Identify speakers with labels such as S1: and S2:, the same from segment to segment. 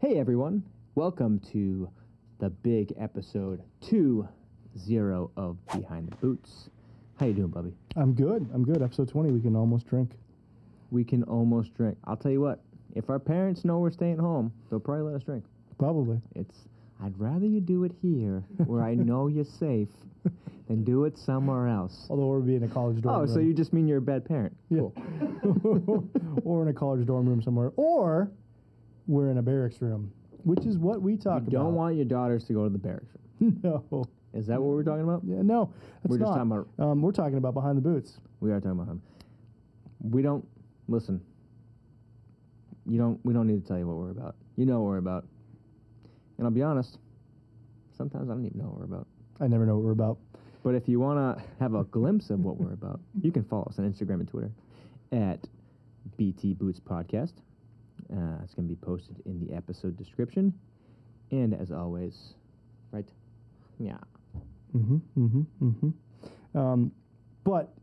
S1: Hey everyone, welcome to the big episode 2-0 of Behind the Boots. How you doing, Bubby?
S2: I'm good. I'm good. Episode 20, we can almost drink.
S1: We can almost drink. I'll tell you what, if our parents know we're staying home, they'll probably let us drink.
S2: Probably.
S1: It's I'd rather you do it here where I know you're safe than do it somewhere else.
S2: Although we'll be in a college dorm
S1: Oh, so you
S2: room.
S1: just mean you're a bad parent. Cool.
S2: or in a college dorm room somewhere. Or we're in a barracks room, which is what we talk
S1: You don't
S2: about.
S1: want your daughters to go to the barracks. room.
S2: no.
S1: Is that what we're talking about?
S2: Yeah, no. That's
S1: We're just
S2: not.
S1: talking about-
S2: Um, we're talking about behind the boots.
S1: We are talking about him. We don't listen. You don't. We don't need to tell you what we're about. You know what we're about. And I'll be honest. Sometimes I don't even know what we're about.
S2: I never know what we're about.
S1: But if you want to have a glimpse of what we're about, you can follow us on Instagram and Twitter at BT Boots Podcast. Uh, it's going to be posted in the episode description. And as always, right? Yeah.
S2: Mm-hmm. Mm-hmm. Mm-hmm. Um, but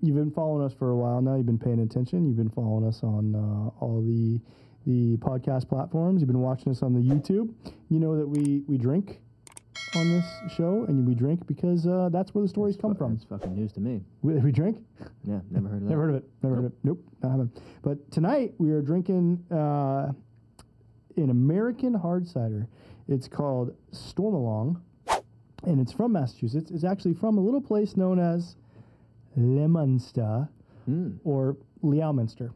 S2: you've been following us for a while now. You've been paying attention. You've been following us on uh, all the the podcast platforms. You've been watching us on the YouTube. You know that we we drink on this show, and we drink because uh, that's where the stories come
S1: Fu-
S2: from.
S1: That's fucking news to me.
S2: We, we drink.
S1: Yeah, never heard of that.
S2: Never heard of it. Never heard of it. Nope, not happening. But tonight we are drinking uh, an American hard cider. It's called Stormalong, and it's from Massachusetts. It's actually from a little place known as Leominster
S1: Hmm.
S2: or Leominster.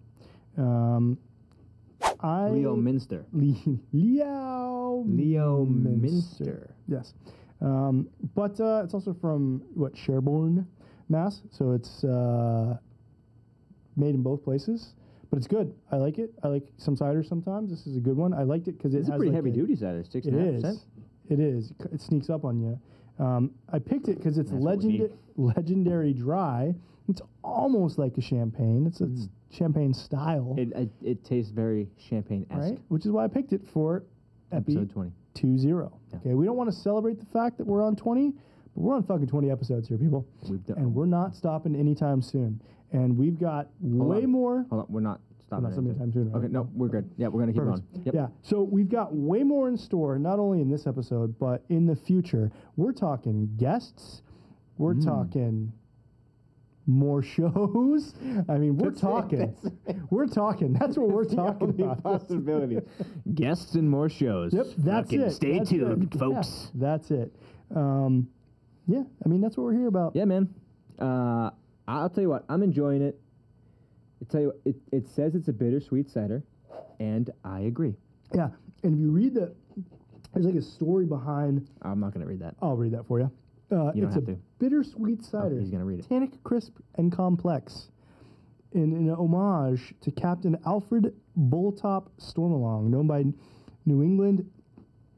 S2: Um, I
S1: Leo Minster.
S2: Le- Leo
S1: Leo
S2: Minster.
S1: Minster.
S2: Yes. Um, but uh, it's also from what Sherborne, Mass. So it's uh, made in both places, but it's good. I like it. I like some cider sometimes. This is a good one. I liked it because it
S1: It's a
S2: has
S1: pretty
S2: like
S1: heavy
S2: a-
S1: duty cider, six
S2: It
S1: and a half
S2: is.
S1: percent.
S2: It is. It c- It sneaks up on you. Um, I picked it because it's
S1: That's what we
S2: legend- legendary dry. It's almost like a champagne. It's a it's champagne style,
S1: Mm. It, it it tastes very champagne esque.
S2: right? Which is why I picked it for episode
S1: Episode twenty.
S2: two zero.
S1: Yeah.
S2: Okay, we don't want to celebrate the fact that we're on twenty, but we're on fucking twenty episodes here, people,
S1: We've done.
S2: and we're not stopping anytime soon. And we've got way
S1: on.
S2: more.
S1: hold on, we're not stopping.
S2: not
S1: it.
S2: stopping anytime soon, right?
S1: Okay, no, we're good. Yeah, we're gonna keep
S2: Perfect.
S1: going. Yep.
S2: Yeah, so we've got way more in store, not only in this episode, but in the future. We're talking guests. We're
S1: Mm.
S2: talking more shows. I mean, we're
S1: That's it,
S2: talking. We're talking. That's what we're talking
S1: Only
S2: about.
S1: possibility. Guests and more shows.
S2: Yep, that's
S1: Fucking
S2: it.
S1: Stay
S2: That's it.
S1: tuned,
S2: Yeah,
S1: folks.
S2: that's it. Um, yeah, I mean that's what we're here about.
S1: Yeah, man. Uh, I'll tell you what. I'm enjoying it. I tell you, what, it it says it's a bittersweet cider, and I agree.
S2: Yeah, and if you read the, there's like a story behind.
S1: I'm not gonna read that.
S2: I'll read that for you. Uh,
S1: You don't
S2: it's
S1: have to.
S2: a
S1: Oh,
S2: bittersweet cider.
S1: he's gonna read it.
S2: Tannic, crisp, and complex, in, in an homage to Captain Alfred Bulltop Stormalong, known by New England,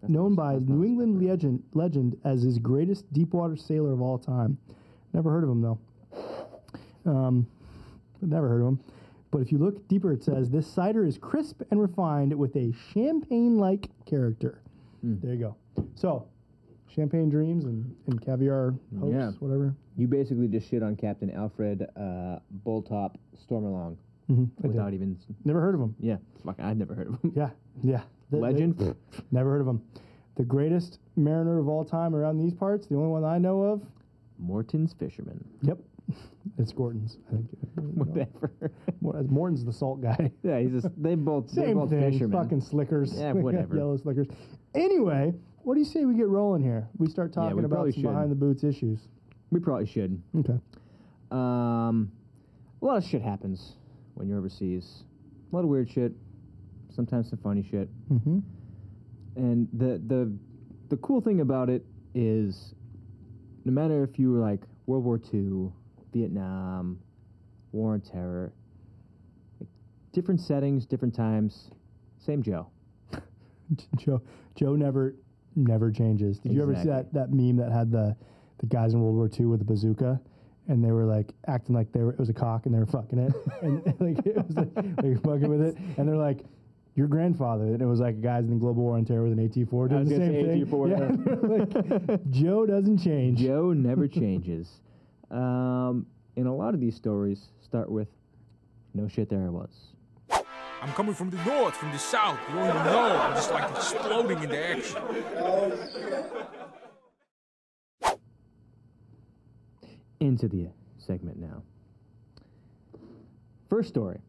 S2: known
S1: not-
S2: by
S1: that's not
S2: New
S1: his
S2: England legend legend as his greatest deepwater sailor of all time. Never heard of him though. Um, never heard of him. But if you look deeper, it says this cider is crisp and refined with a champagne-like character.
S1: Hmm.
S2: There you go. So, champagne dreams and, and caviar hopes,
S1: Yeah.
S2: whatever.
S1: You basically just shit on Captain Alfred uh, Bulltop Stormalong
S2: Mhm, I did.
S1: without even. s-
S2: Never heard of him.
S1: Yeah, fuck. I've never heard of him.
S2: Yeah, yeah. The- the-
S1: Legend. Pfft.
S2: never heard of him. The greatest mariner of all time around these parts. The only one I know of.
S1: Morton's Fisherman.
S2: Yep, it's Gordon's. I think.
S1: Whatever.
S2: Mor- Morton's the salt guy.
S1: yeah, he's just they both they
S2: Same
S1: both
S2: thing.
S1: fishermen.
S2: Fucking slickers.
S1: Yeah, whatever.
S2: Yellow slickers. Anyway, what do you say we get rolling here? We start
S1: Yeah, we
S2: talking
S1: probably
S2: about some
S1: should.
S2: behind the boots issues.
S1: we probably should.
S2: Okay.
S1: Um, a lot of shit happens when you're overseas. A lot of weird shit. Sometimes some funny shit.
S2: Mm-hmm.
S1: And the the the cool thing about it is, no matter if you were like World War II, Vietnam, War on Terror, like, different settings, different times, same Joe.
S2: Joe Joe never never changes. Did you ever see that,
S1: Exactly.
S2: that meme that had the the guys in World War II with the bazooka and they were like acting like they were it was a cock and they were fucking it and like it was like they were fucking with it and they're like your grandfather and it was like guys in the global war on terror with an AT4
S1: I
S2: doing
S1: was
S2: the
S1: gonna
S2: same
S1: say
S2: thing.
S1: AT4,
S2: Yeah,
S1: yeah.
S2: they're like, Joe doesn't change.
S1: Joe never changes. Um, and a lot of these stories start with No shit, there it was.
S3: I'm coming from the north, from the south. You don't even know. I'm just like exploding into action.
S1: into the segment now. First story.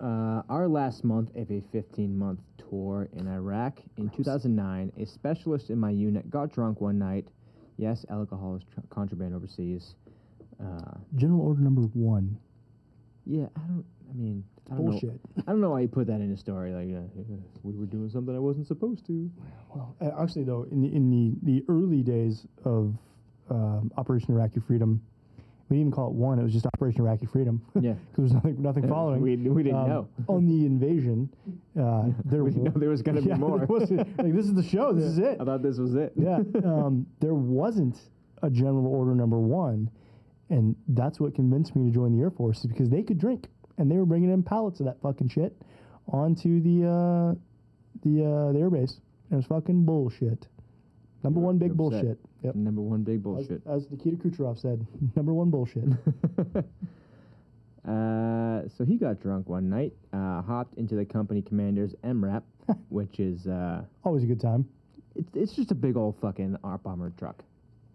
S1: Uh, our last month of a 15 month tour in Iraq. In 2009, a specialist in my unit got drunk one night. Yes, alcohol is tr- contraband overseas. Uh,
S2: General order number one.
S1: yeah, I don't. I mean, I don't
S2: Bullshit.
S1: know. I don't know why you put that in a story. Like, uh, uh, we were doing something I wasn't supposed to.
S2: Well, a- actually, though, in the, in the, the early days of um, Operation Iraqi Freedom, we didn't call it one. It was just Operation Iraqi Freedom.
S1: Yeah.
S2: because there was nothing nothing following. Um,
S1: we- we didn't know.
S2: on the invasion. Uh, there
S1: We didn't
S2: wa-
S1: know there was gonna be
S2: Yeah, there
S1: more.
S2: wasn't- like this is the show. This is it.
S1: I thought this was it.
S2: yeah. Um, there wasn't a general order number one, and that's what convinced me to join the Air Force is because they could drink and they were bringing in pallets of that fucking shit onto the uh, the uh, the airbase. And it was fucking bullshit. Number one, big
S1: upset.
S2: bullshit. Yep.
S1: Number one, big
S2: As,
S1: bullshit.
S2: as Nikita Kucherov said, number one bullshit.
S1: Uh, so he got drunk one night, uh, hopped into the company commander's MRAP, which is uh,
S2: Always a good time.
S1: it's it's just a big old fucking up armored truck.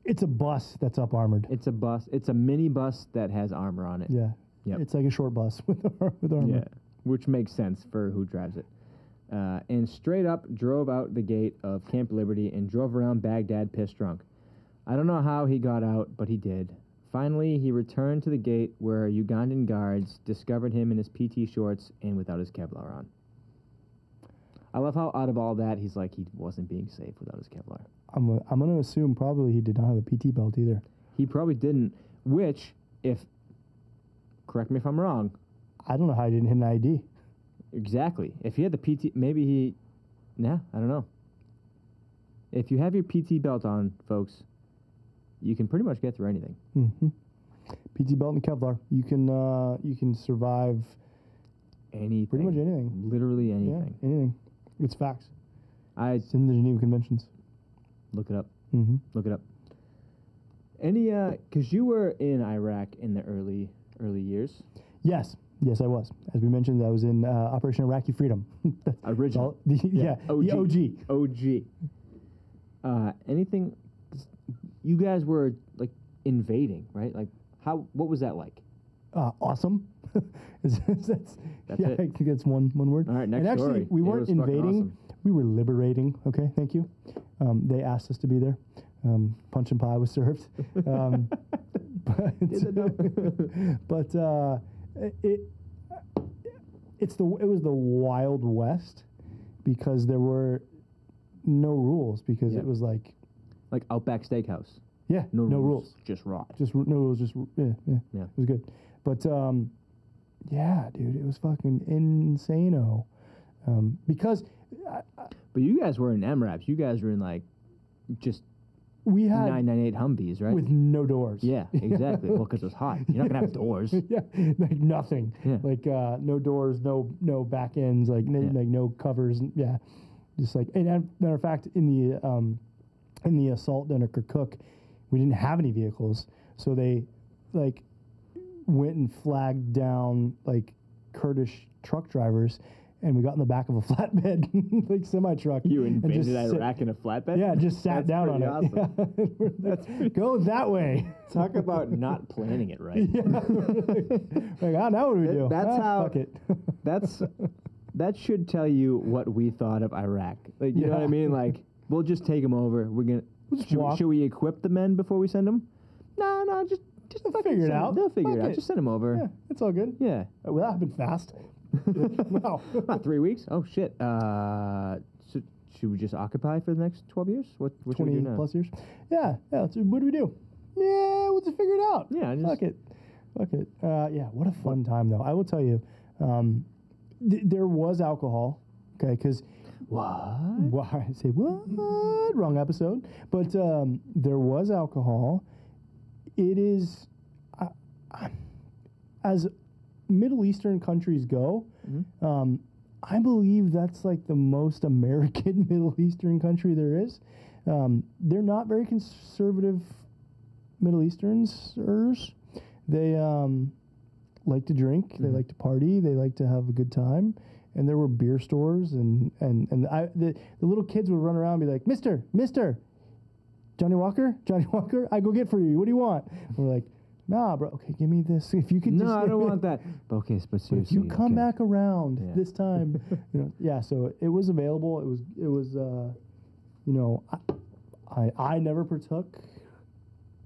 S2: It's a bus that's up armored.
S1: It's a bus. It's a mini bus that has armor on it.
S2: yeah.
S1: Yep.
S2: It's like a short bus with ar- with armor.
S1: Yeah, which makes sense for who drives it. Uh, and straight up drove out the gate of Camp Liberty and drove around Baghdad pissed drunk. I don't know how he got out, but he did. Finally, he returned to the gate where Ugandan guards discovered him in his PT shorts and without his Kevlar on. I love how out of all that, he's like he wasn't being safe without his Kevlar.
S2: I'm, i I'm going to assume probably he did not have a PT belt either.
S1: He probably didn't. Which, if correct me if I'm wrong,
S2: I don't know how he didn't hit an ID.
S1: Exactly. If he had the PT, maybe he. Nah, I don't know. If you have your PT belt on, folks, you can pretty much get through anything.
S2: Mm-hmm. PT belt and Kevlar. You can uh, you can survive
S1: Anything.
S2: pretty much anything.
S1: Literally anything.
S2: Yeah, anything. It's facts.
S1: I
S2: It's in the Geneva Conventions.
S1: look it up.
S2: Mm-hmm.
S1: Look it up. Any, uh, cause you were in Iraq in the early early years.
S2: Yes, yes, I was. As we mentioned, I was in uh, Operation Iraqi Freedom. That's
S1: Original.
S2: all- the, yeah, the OG.
S1: OG. Uh, anything? 'cause You guys were like invading, right? Like, how? What was that like?
S2: uh, awesome. Is- is that's,
S1: That's
S2: yeah,
S1: it.
S2: I think that's one one word.
S1: All right, next
S2: and actually,
S1: story.
S2: we
S1: It
S2: weren't
S1: was fucking
S2: invading;
S1: awesome.
S2: we were liberating. Okay, thank you. Um, they asked us to be there. Um, punch and pie was served, um, but but uh, it it's the it was the wild west because there were no rules because
S1: Yeah.
S2: it was like
S1: Like Outback Steakhouse.
S2: yeah
S1: No,
S2: rules
S1: Just rocked.
S2: just r- no, it was just r- yeah, yeah,
S1: Yeah.
S2: It was good, but um, yeah, dude, it was fucking insano. Um, because
S1: But you guys were in MRAPs. You guys were in like just
S2: we had
S1: nine nine eight Humvees, right?
S2: Uh, with no doors.
S1: yeah, exactly. well, because it's hot. You're not gonna have doors.
S2: yeah, like nothing.
S1: Yeah.
S2: Like uh, no doors, no no back ends, like no,
S1: Yeah.
S2: like no covers. n- Yeah, just like and as a matter of fact, in the um, in the assault down at Kirkuk, we didn't have any vehicles, so they like went and flagged down like Kurdish truck drivers, and we got in the back of a flatbed like semi truck.
S1: You
S2: and
S1: invaded
S2: just sit-
S1: Iraq in a flatbed.
S2: yeah, just sat
S1: That's
S2: down on
S1: pretty
S2: it.
S1: awesome.
S2: Yeah. We're like, Go that way.
S1: Talk about not planning it right.
S2: Yeah. like, I know what we do.
S1: that's
S2: Ah,
S1: how-
S2: Fuck it.
S1: That's that should tell you what we thought of Iraq. Like, you know what I
S2: Yeah.
S1: mean? Like, we'll just take them over. We're gonna.
S2: We'll just
S1: should, we,
S2: walk.
S1: should we equip the men before we send them? No, no, just just
S2: They'll
S1: fucking
S2: figure it
S1: send 'em.
S2: out.
S1: They'll figure it
S2: Fuck
S1: out.
S2: it.
S1: Just send them
S2: yeah,
S1: over.
S2: it's all good.
S1: yeah.
S2: Uh, Well, that happened fast. wow.
S1: About three weeks. Oh shit. Uh, so should we just occupy for the next twelve years? What? What should we do
S2: 20
S1: now?
S2: plus years. Yeah. Yeah. So what do we do? Yeah, we'll just figure it out.
S1: Yeah, just-
S2: Fuck it. Fuck it. Uh, yeah. What a fun time, though. I will tell you, um, th- there was alcohol. Okay. Because
S1: What?
S2: Why I say what? Wrong episode. But um, there was alcohol. It is, I, I- as Middle Eastern countries go, um, I believe that's like the most American Middle Eastern country there is. Um, they're not very conservative Middle Easterners. They um, like to drink.
S1: Mm-hmm.
S2: They like to party. They like to have a good time. And there were beer stores, and and and I the, the little kids would run around and be like, "Mister, Mister, Johnny Walker, Johnny Walker, I go get for you. What do you want?" And we're like, "Nah, bro. Okay, give me this. If you could
S1: No,
S2: just
S1: I don't want that. But okay, s- but
S2: If
S1: seriously,
S2: you come
S1: okay.
S2: back around
S1: Yeah.
S2: this time, you know, yeah. So it was available. It was it was, uh, you know, I I, I never partook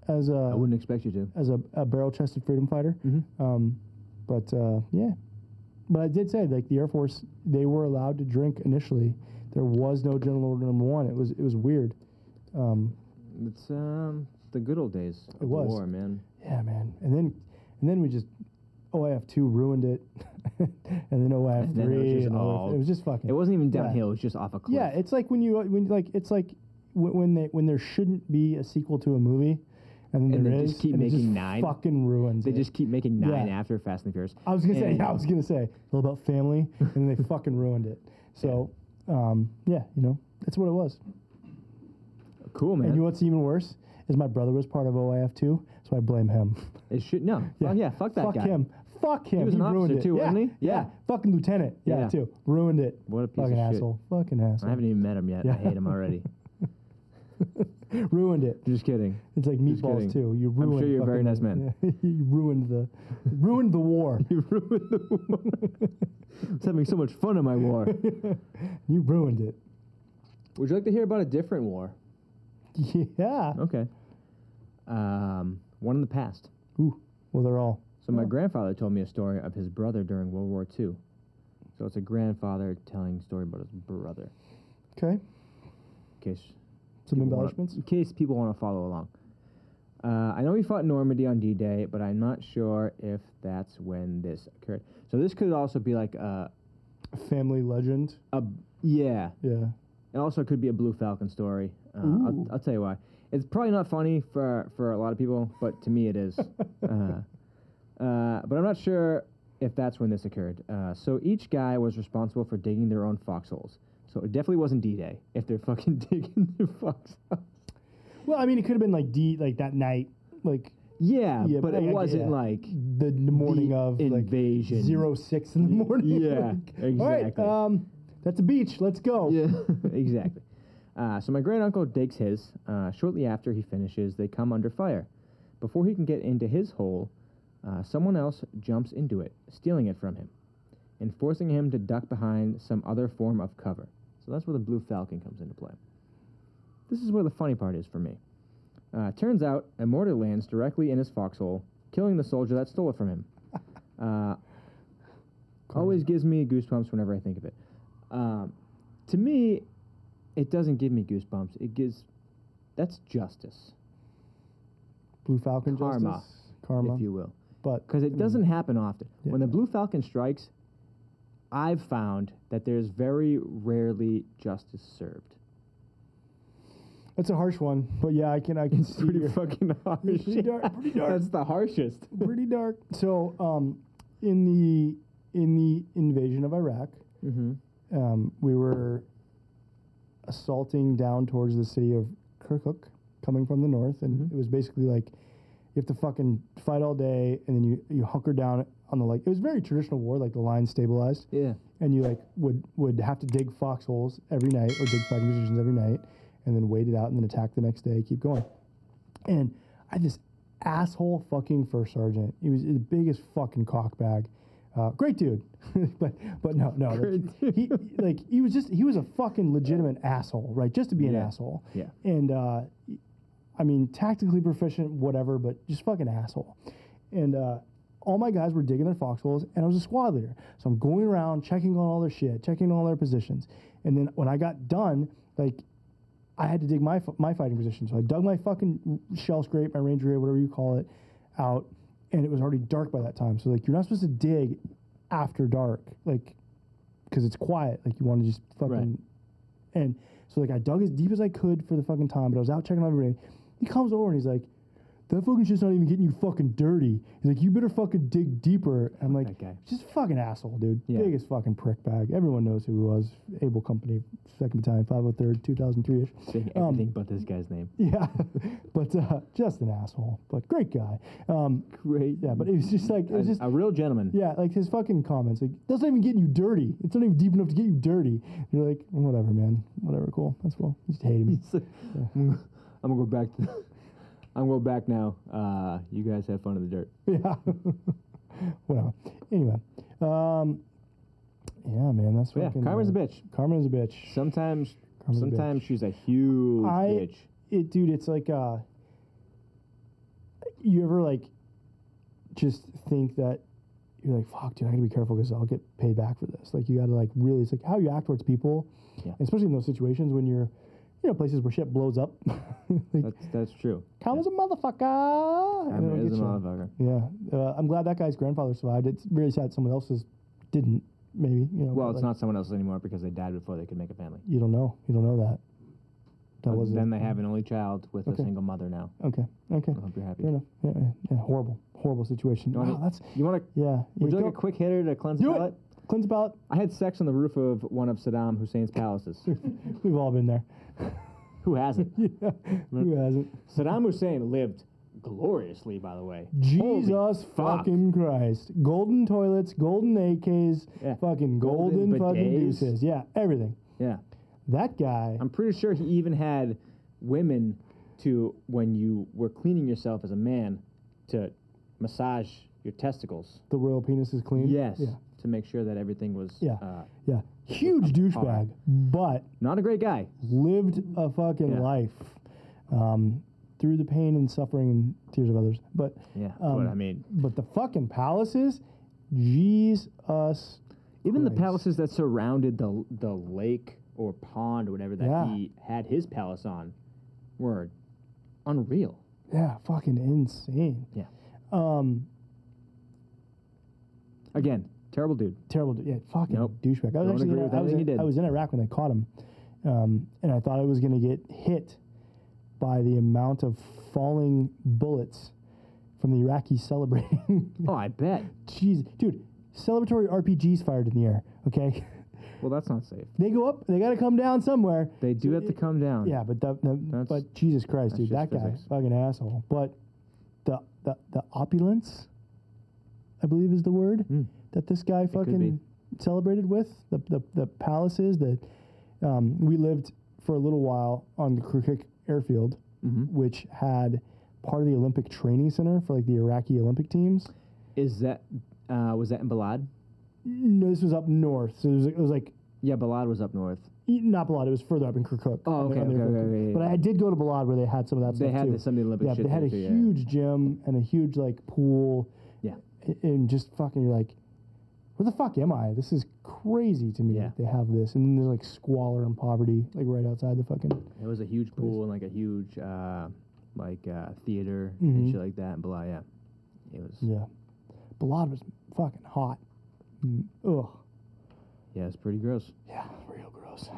S2: as a
S1: I wouldn't expect you to.
S2: as a, a barrel chested freedom fighter. Um, but uh, yeah, but I did say like the Air Force, they were allowed to drink initially. There was no general order number one. It was it was weird. Um,
S1: It's um the good old days of the
S2: was.
S1: war, man.
S2: yeah, man. And then and then we just OIF two ruined it, and then OIF
S1: And then it was
S2: three.
S1: just
S2: and
S1: all-
S2: OIF it was just fucking.
S1: It wasn't even
S2: Yeah.
S1: downhill. It was just off a cliff.
S2: Yeah, it's like when you when like it's like when, when they when there shouldn't be a sequel to a movie, and then
S1: And
S2: there
S1: they
S2: is,
S1: just keep
S2: and it
S1: making nine.
S2: Fucking ruins.
S1: they
S2: it.
S1: just keep making nine
S2: Yeah.
S1: after Fast and the Furious.
S2: I was gonna say,
S1: And-
S2: yeah, I was gonna say all about family, and then they fucking ruined it. So, um, yeah, you know, that's what it was.
S1: Cool, man.
S2: And you know what's even worse is my brother was part of OIF too, so I blame him.
S1: it should no. Yeah, yeah fuck that
S2: Fuck
S1: guy.
S2: him. Fuck him.
S1: was an
S2: ruined
S1: officer
S2: it.
S1: too,
S2: yeah.
S1: wasn't he?
S2: Yeah.
S1: Yeah.
S2: Fucking lieutenant. Yeah,
S1: Yeah.
S2: too. Ruined it.
S1: What a piece
S2: fucking
S1: of shit.
S2: asshole. Fucking asshole.
S1: I haven't even met him yet. I
S2: Yeah.
S1: hate him already.
S2: ruined it.
S1: Just kidding.
S2: It's like
S1: Just
S2: meatballs
S1: kidding.
S2: too. You
S1: I'm sure
S2: ruined.
S1: you're a very
S2: fucking-
S1: nice man.
S2: you ruined the, ruined the war.
S1: You ruined the war. I was having so much fun in my war.
S2: you ruined it.
S1: Would you like to hear about a different war?
S2: Yeah.
S1: Okay. Um, one in the past.
S2: Ooh. Well, they're all.
S1: So my grandfather told me a story of his brother during World War II. So it's a grandfather telling a story about his brother.
S2: Okay.
S1: In case
S2: Some
S1: people wanna-
S2: embellishments.
S1: in case people want to follow along. Uh, I know we fought Normandy on D-Day, but I'm not sure if that's when this occurred. So this could also be like a,
S2: Family legend.
S1: a yeah.
S2: Yeah.
S1: It also could be a Blue Falcon story. Uh, I'll,
S2: Ooh.
S1: I'll tell you why. It's probably not funny for for a lot of people, but to me it is. uh, uh, but I'm not sure if that's when this occurred. Uh, so each guy was responsible for digging their own foxholes. So it definitely wasn't D-Day if they're fucking digging their foxholes.
S2: Well, I mean, it could have been like D, like that night, like
S1: Yeah,
S2: Yeah,
S1: but
S2: but
S1: it
S2: I- I-
S1: wasn't
S2: yeah.
S1: like
S2: the, the morning
S1: The
S2: of
S1: invasion.
S2: like zero six in the morning.
S1: yeah,
S2: Like, All right.
S1: exactly.
S2: Um, that's a beach. Let's go.
S1: Yeah, exactly. Uh, so my great uncle digs his. Uh, shortly after he finishes, they come under fire. Before he can get into his hole, uh, someone else jumps into it, stealing it from him, and forcing him to duck behind some other form of cover. So that's where the Blue Falcon comes into play. This is where the funny part is for me. Uh, turns out, a mortar lands directly in his foxhole, killing the soldier that stole it from him. Uh, always gives me goosebumps whenever I think of it. Um, to me, it doesn't give me goosebumps. It gives that's justice,
S2: Blue Falcon
S1: Karma,
S2: justice. Karma.
S1: if you will,
S2: but
S1: because it doesn't happen often. When the
S2: Yeah.
S1: blue falcon strikes, I've found that there's very rarely justice served.
S2: that's a harsh one. But yeah, I can I can see your,
S1: fucking harsh.
S2: pretty dark- pretty dark.
S1: That's the harshest.
S2: pretty dark. So um, in the in the invasion of Iraq,
S1: Mm-hmm.
S2: um, we were assaulting down towards the city of Kirkuk, coming from the north, and it was basically like you have to fucking fight all day, and then you you hunker down on the like. It was very traditional war, like the line stabilized,
S1: Yeah.
S2: and you like would would have to dig foxholes every night or dig fighting positions every night, and then wait it out and then attack the next day, keep going. And I had this asshole fucking first sergeant. He was the biggest fucking cockbag. Uh, great dude, but but no no
S1: Great
S2: like, he like he was just he was a fucking legitimate asshole right just to be an
S1: Yeah.
S2: asshole
S1: Yeah.
S2: and uh, I mean tactically proficient whatever but just fucking asshole and uh, all my guys were digging their foxholes and I was a squad leader so I'm going around checking on all their shit checking on all their positions and then when I got done like I had to dig my fu- my fighting position. So I dug my fucking shell scrape, my range area, whatever you call it, out, and it was already dark by that time. So like you're not supposed to dig after dark, like because it's quiet. Like you want to just fucking
S1: Right.
S2: and so like I dug as deep as I could for the fucking time, but I was out checking on everybody. He comes over and he's like, that fucking shit's not even getting you fucking dirty. He's like, you better fucking dig deeper. I'm like,
S1: that guy.
S2: just fucking asshole, dude.
S1: Yeah.
S2: Biggest fucking prick bag. Everyone knows who he was. Able Company, Second Battalion, 503rd, 2003 ish.
S1: Saying
S2: Um,
S1: everything but this guy's name.
S2: Yeah, but uh, just an asshole, but great guy. Um,
S1: Great.
S2: yeah, but it was just like it
S1: a,
S2: was just
S1: a real gentleman.
S2: yeah, like his fucking comments like that's not even getting you dirty. It's not even deep enough to get you dirty. You're like whatever, man, whatever, cool, that's cool. You just hated me.
S1: He's like, I'm gonna go back to. I'm going back now. Uh, you guys have fun in the dirt.
S2: yeah, whatever. Anyway, um, yeah, man, that's
S1: But yeah,
S2: fucking.
S1: Carmen's a
S2: uh,
S1: bitch.
S2: Carmen's a bitch.
S1: Sometimes,
S2: Carmen's a bitch.
S1: sometimes she's a huge
S2: I-
S1: bitch.
S2: it, dude, it's like uh, you ever like just think that you're like, fuck, dude, I gotta be careful because I'll get paid back for this. Like, you gotta like really, it's like how you act towards people,
S1: Yeah.
S2: especially in those situations when you're, you know, places where shit blows up. like,
S1: That's that's true.
S2: Carmen's a motherfucker. and it'll
S1: Carmen is
S2: get
S1: a
S2: you.
S1: motherfucker.
S2: Yeah, uh, I'm glad that guy's grandfather survived. It's really sad someone else's didn't. Maybe you know.
S1: Well,
S2: but,
S1: it's
S2: like,
S1: not someone else anymore because they died before they could make a family.
S2: You don't know. You don't know that. That
S1: But
S2: was
S1: then Uh-huh. they have an only child with
S2: Okay.
S1: a single mother now.
S2: Okay. Okay.
S1: I hope you're happy.
S2: Fair enough. Yeah, yeah, yeah. Horrible, horrible situation.
S1: You wanna-
S2: Wow, that's
S1: You want to?
S2: yeah.
S1: Would
S2: yeah,
S1: you like a
S2: go-
S1: quick hitter to cleanse
S2: Do
S1: the
S2: it.
S1: palate?
S2: Cleanse ballot.
S1: I had sex on the roof of one of Saddam Hussein's palaces.
S2: We've all been there.
S1: Who hasn't?
S2: yeah. Who hasn't?
S1: Saddam Hussein lived gloriously, by the way. Holy
S2: Jesus
S1: fuck.
S2: fucking Christ! Golden toilets, golden AKs,
S1: Yeah.
S2: fucking golden,
S1: Golden
S2: fucking
S1: bidets.
S2: deuces. Yeah, everything.
S1: Yeah.
S2: That guy.
S1: I'm pretty sure he even had women to when you were cleaning yourself as a man to massage your testicles.
S2: the royal penis is clean.
S1: Yes.
S2: Yeah.
S1: To make sure that everything was
S2: Yeah.
S1: uh,
S2: Yeah. Huge douchebag, but
S1: not a great guy.
S2: lived a fucking
S1: Yeah.
S2: life um, through the pain and suffering and tears of others. But
S1: Yeah.
S2: Um,
S1: but I mean,
S2: But the fucking palaces, Jesus.
S1: even the
S2: Christ.
S1: palaces that surrounded the the lake or pond or whatever that
S2: Yeah.
S1: he had his palace on were unreal.
S2: Yeah, fucking insane.
S1: Yeah.
S2: Um,
S1: Again, terrible dude.
S2: terrible. du- Yeah, fucking
S1: Nope.
S2: douchebag. I was
S1: Don't
S2: actually.
S1: agree
S2: in-
S1: with
S2: I,
S1: anything
S2: was in,
S1: he did.
S2: I was in Iraq when they caught him, um, and I thought I was gonna get hit by the amount of falling bullets from the Iraqis celebrating.
S1: Oh, I bet.
S2: Jeez, dude, celebratory RPGs fired in the air. Okay,
S1: Well, that's not safe.
S2: they go up. They gotta come down somewhere.
S1: They do have to come down.
S2: Yeah, but the, the
S1: That's-
S2: but Jesus Christ,
S1: that's
S2: dude,
S1: just
S2: that guy,
S1: physics.
S2: fucking asshole. But the the the opulence, I believe, is the word
S1: Mm.
S2: that this guy
S1: could
S2: fucking celebrated with the the, the palaces that um, we lived for a little while on the Kirkuk airfield,
S1: Mhm.
S2: which had part of the Olympic training center for like the Iraqi Olympic teams.
S1: Is that uh, was that in Balad?
S2: No, this was up north, so it was, it was like
S1: Yeah, Balad was up north.
S2: not Balad. It was further up in Kirkuk.
S1: Oh,
S2: on the-
S1: okay,
S2: on the
S1: okay,
S2: Kirkuk.
S1: okay, yeah, yeah,
S2: But I did go to Balad where they had some of that
S1: They
S2: stuff
S1: had
S2: too.
S1: the, some of the Olympic
S2: yeah,
S1: shit.
S2: they had
S1: there
S2: a
S1: too, yeah.
S2: huge gym and a huge like pool.
S1: Yeah.
S2: a- And just fucking, you're like, where the fuck am I? This is crazy to me.
S1: Yeah.
S2: that They have this, and then there's like squalor and poverty, like right outside the fucking.
S1: It was a huge pool and like a huge uh, like uh, theater
S2: Mhm.
S1: and shit like that. And blah, yeah, it was yeah,
S2: Yeah. Balad was fucking hot. Mm, ugh.
S1: it's pretty gross,
S2: Yeah. Real gross.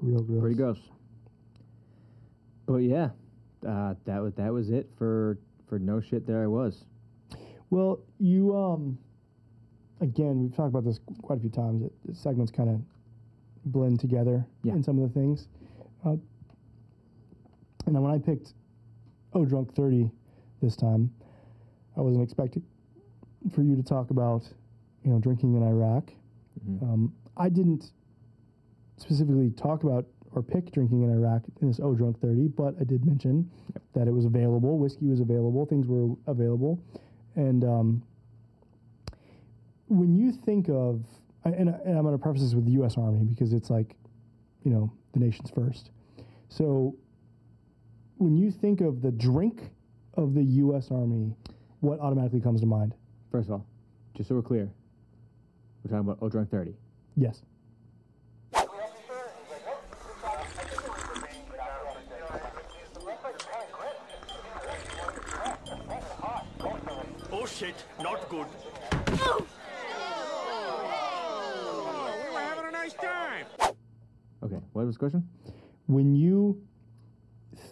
S2: Real gross.
S1: pretty gross. But yeah, uh, that was that was it for for no shit. There I was.
S2: Well, you um, again, we've talked about this qu- quite a few times. That the segments kind of blend together
S1: Yeah.
S2: in some of the things. Uh, and then when I picked Oh Drunk Thirty this time, I wasn't expecting for you to talk about you know drinking in Iraq.
S1: Mhm.
S2: Um, I didn't specifically talk about or pick drinking in Iraq in this Oh Drunk 30, but I did mention that it was available. Whiskey was available. Things were available. And um, when you think of, I- and, I- and I'm going to preface this with the U.S. Army because it's like, you know, the nation's first. So when you think of the drink of the U.S. Army, what automatically comes to mind?
S1: First of all, just so we're clear, we're talking about oh drunk thirty.
S2: Yes.
S4: Oh shit, not good.
S3: We were having a nice time.
S1: Okay, what was the question?
S2: when you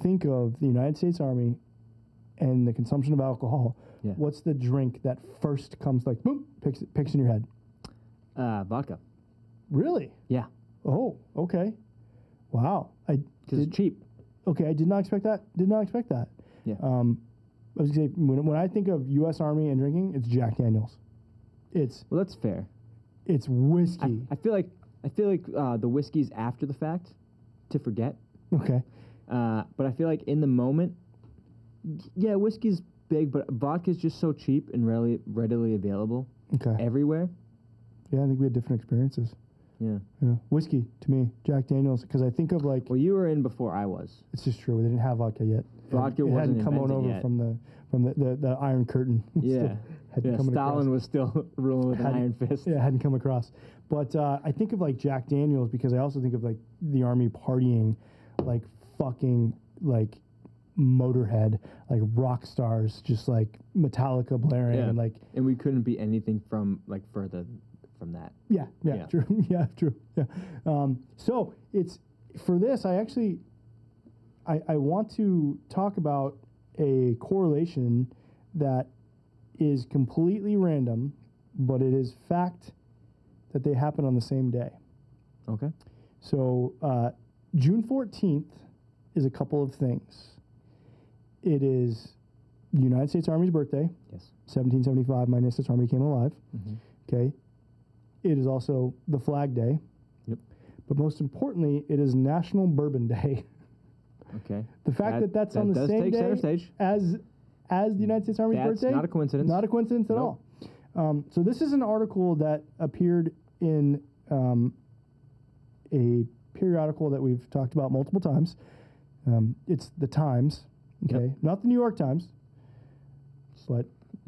S2: think of the United States Army and the consumption of alcohol,
S1: Yeah.
S2: what's the drink that first comes like boom picks picks in your head?
S1: Uh, vodka.
S2: Really?
S1: Yeah,
S2: Oh, okay. Wow. I
S1: because
S2: did,
S1: it's cheap.
S2: okay. I did not expect that. Did not expect that.
S1: Yeah.
S2: Um, I was gonna say when, when I think of U.S. Army and drinking, it's Jack Daniels. It's
S1: Well, that's fair.
S2: it's whiskey.
S1: I, I feel like I feel like uh, the whiskey's after the fact to forget.
S2: okay.
S1: Uh, but I feel like in the moment, y- yeah, whiskey's big, but vodka's just so cheap and readily readily available
S2: Okay.
S1: everywhere.
S2: Yeah, I think we had different experiences.
S1: Yeah.
S2: Yeah. Whiskey to me, Jack Daniels, because I think of like
S1: Well, you were in before I was.
S2: it's just true. They didn't have vodka yet. It-
S1: Vodka
S2: it hadn't
S1: wasn't
S2: come on
S1: invented
S2: over
S1: yet.
S2: from the from the, the, the Iron Curtain. It still
S1: Yeah.
S2: hadn't
S1: Yeah,
S2: come
S1: Stalin
S2: across.
S1: was still ruling with an
S2: Hadn't-
S1: iron fist.
S2: Yeah, hadn't come across. But uh, I think of like Jack Daniels because I also think of like the army partying, like fucking like Motorhead, like rock stars, just like Metallica blaring
S1: Yeah.
S2: and like
S1: And we couldn't be anything from like further from that.
S2: yeah, yeah,
S1: Yeah.
S2: true, yeah, true, yeah. Um, so it's for this. I actually, I, I want to talk about a correlation that is completely random, but it is fact that they happen on the same day.
S1: Okay.
S2: So uh, June fourteenth is a couple of things. It is the United States Army's birthday,
S1: Yes.
S2: 1775. My United States Army came alive.
S1: Mhm.
S2: Okay. It is also the Flag Day.
S1: Yep.
S2: But most importantly, it is National Bourbon Day.
S1: Okay.
S2: the fact that, that's
S1: that
S2: on the
S1: does
S2: same
S1: take
S2: day
S1: center stage.
S2: as as the United States Army's
S1: That's
S2: birthday.
S1: not a coincidence.
S2: Not a coincidence at
S1: Nope.
S2: all. Um, so this is an article that appeared in um, a periodical that we've talked about multiple times. Um, it's the Times,
S1: Yep.
S2: okay, not the New York Times, but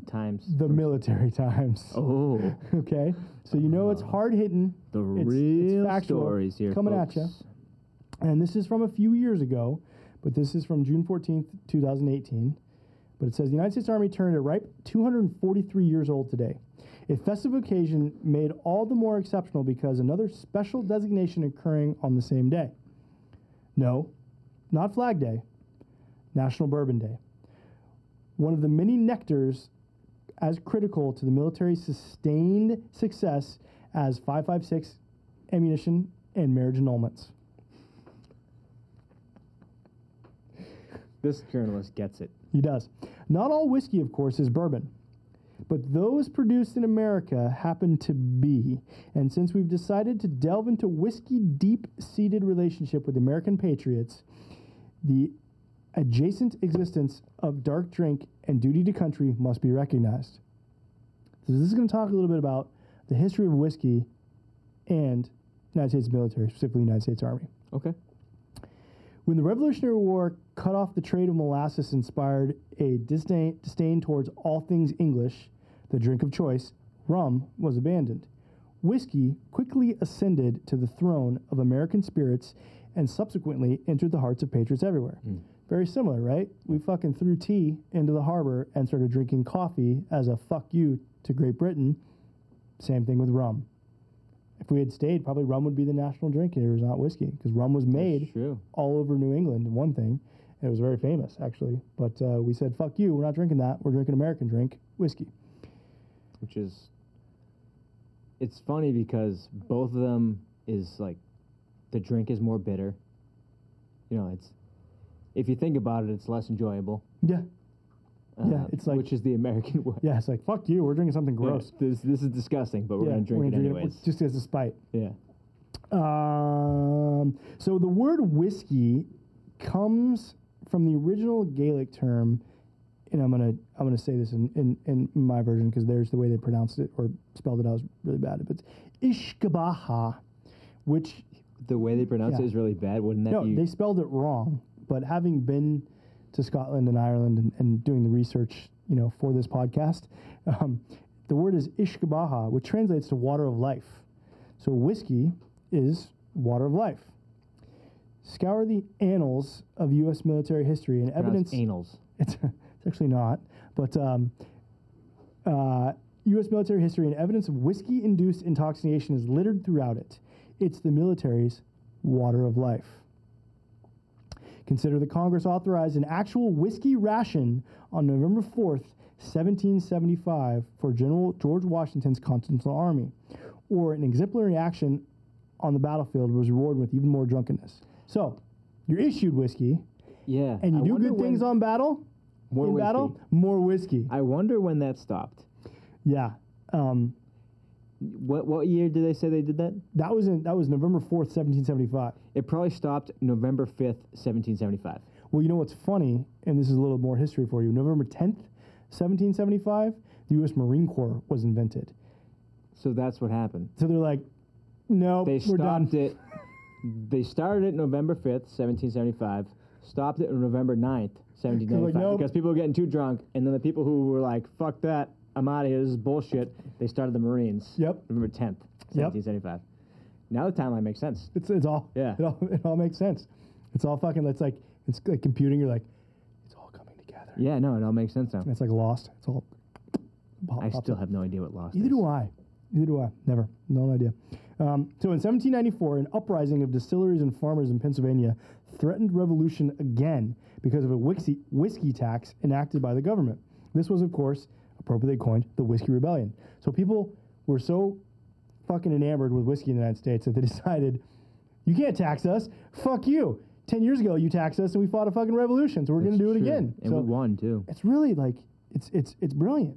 S1: Times.
S2: the military times.
S1: oh, Uh.
S2: Okay, so you know it's hard hitting,
S1: the
S2: it's
S1: real
S2: factual.
S1: stories here
S2: Coming at
S1: folks.
S2: ya. and this is from a few years ago, but this is from June fourteenth, two thousand eighteen. But it says the United States Army turned a ripe 243 years old today. A festive occasion made all the more exceptional because another special designation occurring on the same day. No, not Flag Day, National Bourbon Day. One of the many nectars as critical to the military's sustained success as 556 ammunition and marriage annulments.
S1: This journalist gets it.
S2: He does. Not all whiskey, of course, is bourbon, but those produced in America happen to be. And since we've decided to delve into whiskey deep seated relationship with American patriots, the adjacent existence of dark drink and duty to country must be recognized. So this is going to talk a little bit about the history of whiskey and United States military, specifically United States Army.
S1: Okay.
S2: When the Revolutionary War cut off the trade of molasses inspired a disdain, disdain towards all things English, the drink of choice, rum, was abandoned. Whiskey quickly ascended to the throne of American spirits and subsequently entered the hearts of patriots everywhere. Very similar, right? We fucking threw tea into the harbor and started drinking coffee as a fuck you to Great Britain. Same thing with rum. If we had stayed, probably rum would be the national drink and it was not whiskey because rum was made
S1: True.
S2: all over New England. One thing, and it was very famous actually. But uh, we said, "Fuck you! We're not drinking that. We're drinking American drink whiskey."
S1: Which is, it's funny because both of them is like, the drink is more bitter. You know, it's, if you think about it, it's less enjoyable. uh,
S2: Yeah, Yeah, it's like-
S1: which is the American way.
S2: yeah. It's like, "Fuck you! We're drinking something
S1: Yeah,
S2: gross."
S1: This this is disgusting, but we're
S2: Yeah,
S1: gonna drink it
S2: we're-
S1: anyways.
S2: just as a spite.
S1: yeah.
S2: Um, so the word whiskey comes from the original Gaelic term, and I'm gonna I'm gonna say this in in, in my version because there's the way they pronounced it or spelled it out was really bad. But it's ishkabaha, which
S1: The way they pronounce
S2: Yeah.
S1: it is really bad. Wouldn't that
S2: No,
S1: be?
S2: they spelled it wrong. But having been to Scotland and Ireland and, and doing the research, you know, for this podcast, um, the word is ishkabaha, which translates to water of life. So whiskey is water of life. Scour the annals of U.S. military history and
S1: pronounce
S2: evidence.
S1: anals.
S2: It's, it's actually not, but um, uh, U.S. military history and evidence of whiskey-induced intoxication is littered throughout it. It's the military's water of life. Consider the Congress authorized an actual whiskey ration on November 4th, 1775, for General George Washington's Continental Army, or an exemplary action on the battlefield was rewarded with even more drunkenness. So, you're issued whiskey,
S1: Yeah.
S2: and you
S1: I
S2: do
S1: wonder
S2: good things
S1: when-
S2: on battle.
S1: More
S2: in
S1: whiskey.
S2: battle, more whiskey.
S1: I wonder when that stopped.
S2: yeah. Um,
S1: What what year did they say they did that?
S2: that was in that was November 4th, 1775.
S1: It probably stopped November fifth, seventeen seventy five.
S2: Well, you know what's funny, and this is a little more history for you. November 10th, 1775, the U.S. Marine Corps was invented.
S1: So that's what happened.
S2: So they're like, no,
S1: They
S2: we're done.
S1: stopped it. They started it November fifth, seventeen seventy five. Stopped it on November 9th, seventeen seventy five,
S2: nope.
S1: because people were getting too drunk, and then the people who were like, "Fuck that, I'm out of here. This is bullshit." They started the Marines.
S2: Yep.
S1: November tenth,
S2: Yep.
S1: seventeen seventy five. Now the timeline makes sense.
S2: It's, it's all,
S1: Yeah.
S2: it all, it all makes sense. It's all fucking, it's like, it's like computing. You're like, it's all coming together.
S1: Yeah, no, it all makes sense now.
S2: It's like lost. It's all.
S1: I still have no idea what lost.
S2: Neither
S1: is.
S2: do I. Neither do I. Never. No idea. Um, so in 1794, an uprising of distilleries and farmers in Pennsylvania threatened revolution again because of a whiskey, whiskey tax enacted by the government. This was, of course, appropriately coined the Whiskey Rebellion. So people were so fucking enamored with whiskey in the United States that they decided, you can't tax us. Fuck you. Ten years ago, you taxed us and we fought a fucking revolution, so we're going to
S1: It's
S2: do it
S1: true.
S2: again.
S1: And
S2: so
S1: we won too.
S2: it's really like it's it's it's brilliant.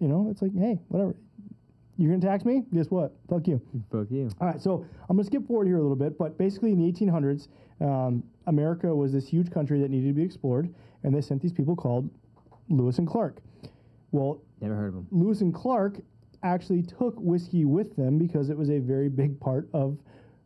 S2: You know, it's like, hey, whatever. You're gonna tax me? Guess what? Fuck you.
S1: Fuck you.
S2: All right, so I'm gonna skip forward here a little bit, but basically in the 1800s, um, America was this huge country that needed to be explored, and they sent these people called Lewis and Clark. Well,
S1: Never heard of them.
S2: Lewis and Clark actually took whiskey with them because it was a very big part of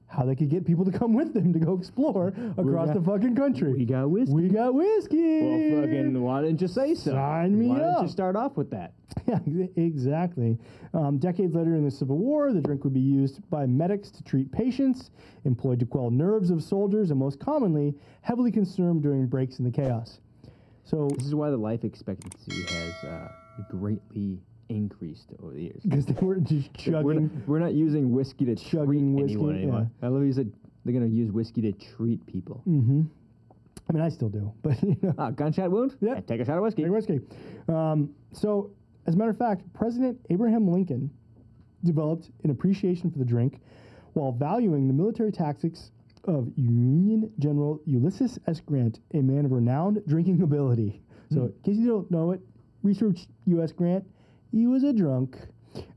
S2: how they could get people to come with them to go explore across
S1: got-
S2: the fucking country.
S1: We got whiskey.
S2: We got whiskey.
S1: Well, fucking, why didn't you say so?
S2: Sign me
S1: why didn't
S2: up.
S1: you start off with that?
S2: Yeah, exa- exactly. Um, decades later in the Civil War, the drink would be used by medics to treat patients, employed to quell nerves of soldiers, and most commonly, heavily consumed during breaks in the chaos. So,
S1: This is why the life expectancy has uh, greatly increased over the years.
S2: because they were just
S1: We're not,
S2: chugging.
S1: we're not using whiskey to treat
S2: Chugging whiskey,
S1: anyone anymore. I love you said they're gonna use whiskey to treat people.
S2: Mm. I mean, I still do, but you know.
S1: Ah, gunshot wound?
S2: Yep.
S1: Yeah, take a shot of whiskey.
S2: Big whiskey. Um, so, as a matter of fact, President Abraham Lincoln developed an appreciation for the drink while valuing the military tactics of Union General Ulysses S. Grant, a man of renowned drinking ability. So, in case you don't know it, research U.S. Grant. He was a drunk.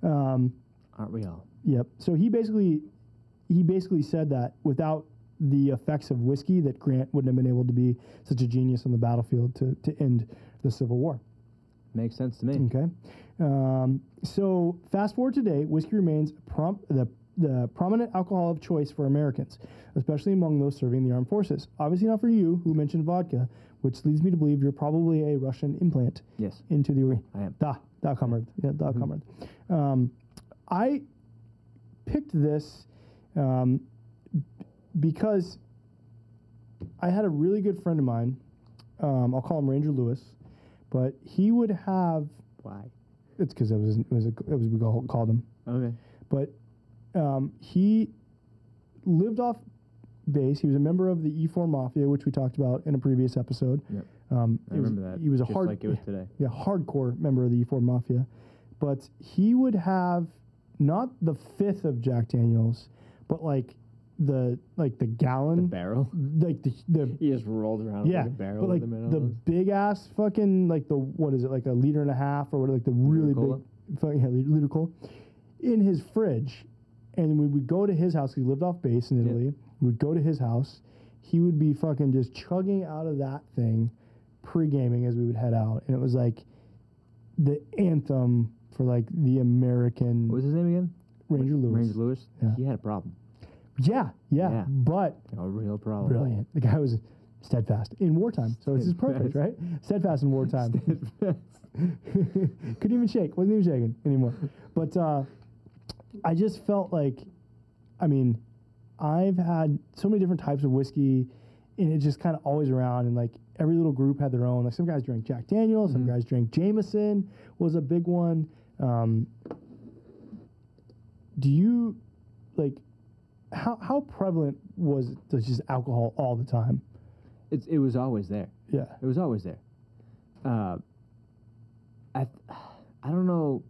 S2: Um,
S1: Aren't we all?
S2: Yep. So he basically he basically said that without the effects of whiskey that Grant wouldn't have been able to be such a genius on the battlefield to, to end the Civil War.
S1: Makes sense to me.
S2: Okay. Um, so fast forward today, whiskey remains prom- the the prominent alcohol of choice for Americans, especially among those serving the armed forces. Obviously not for you, who mentioned vodka, which leads me to believe you're probably a Russian implant
S1: Yes,
S2: into the arena.
S1: I am. Mm-hmm.
S2: Da, da Comrade. Yeah, da Comrade. Um, I picked this um, because I had a really good friend of mine. Um, I'll call him Ranger Lewis, but he would have.
S1: Why?
S2: It's because it was it was, a, it was we call- called him,
S1: Okay.
S2: but um, he lived off base. He was a member of the E4 Mafia, which we talked about in a previous episode.
S1: Yep.
S2: Um,
S1: I
S2: he was-
S1: remember that.
S2: He was a
S1: just
S2: hard
S1: like it was today.
S2: yeah, hardcore member of the E4 Mafia, but he would have not the fifth of Jack Daniels, but like the like the
S1: The
S2: gallon,
S1: barrel.
S2: like the the
S1: He just rolled around
S2: Mm. yeah,
S1: like a barrel
S2: but like
S1: in the middle.
S2: the
S1: of us.
S2: big ass fucking like the what is it like a liter and a half or what like the really
S1: Cola?
S2: big fucking yeah, liter, liter cola in his fridge, and we would go to his house. 'cause He lived off base in
S1: Yeah.
S2: Italy. We would go to his house. He would be fucking just chugging out of that thing, pre gaming as we would head out, and it was like the anthem for like the American
S1: What was his name again?
S2: Ranger Lewis.
S1: Range Lewis.
S2: Yeah.
S1: He had a problem.
S2: Yeah, yeah,
S1: Yeah. Oh.
S2: but
S1: A real problem.
S2: brilliant. The guy was steadfast in wartime, so this is perfect, right? Steadfast in wartime. Couldn't even shake. Wasn't even shaking anymore. But uh, I just felt like, I mean, I've had so many different types of whiskey, and it just kind of always around. And like every little group had their own. Like some guys drank Jack Daniels,
S1: Mm-hmm.
S2: some guys drank Jameson was a big one. Um, do you like how how prevalent was it to just alcohol all the time?
S1: It's it was always there.
S2: Yeah.
S1: It was always there. Uh, I th- I don't know.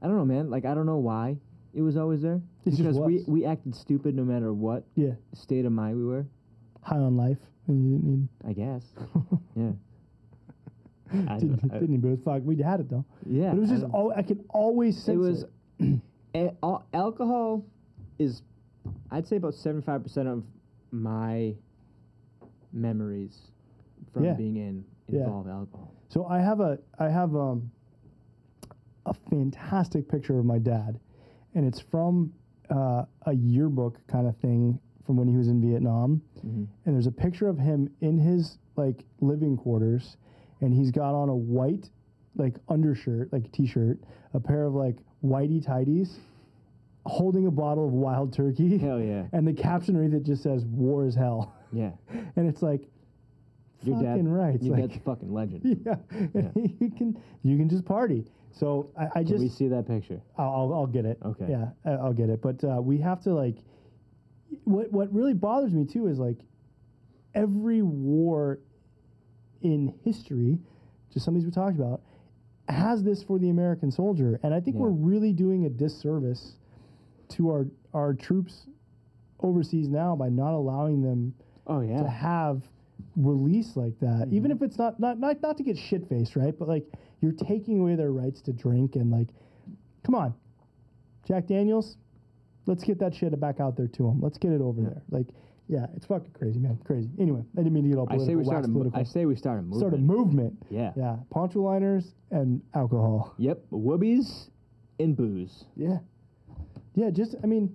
S1: I don't know, man. Like I don't know why it was always there.
S2: It just
S1: because we
S2: was.
S1: we acted stupid no matter what
S2: Yeah.
S1: state of mind we were.
S2: High on life. And you didn't need.
S1: I guess. yeah. I,
S2: Didn't,
S1: I-
S2: didn't need booze. Fuck. We had it though.
S1: yeah.
S2: But it was
S1: I
S2: just.
S1: don't-
S2: All, I could always sense
S1: it was
S2: it.
S1: a- al- alcohol is I'd say about 75% of my memories from
S2: Yeah.
S1: being in
S2: Yeah.
S1: involve alcohol.
S2: So I have a I have um, a fantastic picture of my dad, and it's from uh, a yearbook kind of thing from when he was in Vietnam.
S1: Mm-hmm.
S2: And there's a picture of him in his like living quarters, and he's got on a white like undershirt, like t-shirt, a pair of like whitey tidies, holding a bottle of wild turkey.
S1: Hell yeah.
S2: And the caption underneath it just says "War is hell,"
S1: Yeah.
S2: and it's like,
S1: Your
S2: fucking
S1: dad
S2: right. It's
S1: Your
S2: like,
S1: dad's a fucking legend.
S2: yeah, you can you can just party. So I, I
S1: Can we
S2: just
S1: see that picture?
S2: I'll, I'll I'll get it.
S1: Okay.
S2: Yeah, I- I'll get it. But uh, we have to like. What what really bothers me too is like, every war in history, just some of these we talked about, has this for the American soldier, and I think
S1: Yeah.
S2: we're really doing a disservice to our our troops overseas now by not allowing them
S1: Oh
S2: to
S1: yeah. Mm-hmm.
S2: have release like that, even if it's not not not not to get shit faced, right? But like you're taking away their rights to drink and like, come on, Jack Daniels, let's get that shit back out there to them. Let's get it over there. Like, yeah, it's fucking crazy, man, crazy. Anyway, I didn't mean to get all
S1: I
S2: political.
S1: say we start
S2: wax
S1: a mo-
S2: political.
S1: I say we start a movement.
S2: start a movement.
S1: Yeah.
S2: Yeah, poncho liners and alcohol.
S1: Yep. Whoobies and booze.
S2: Yeah, yeah. Just I mean,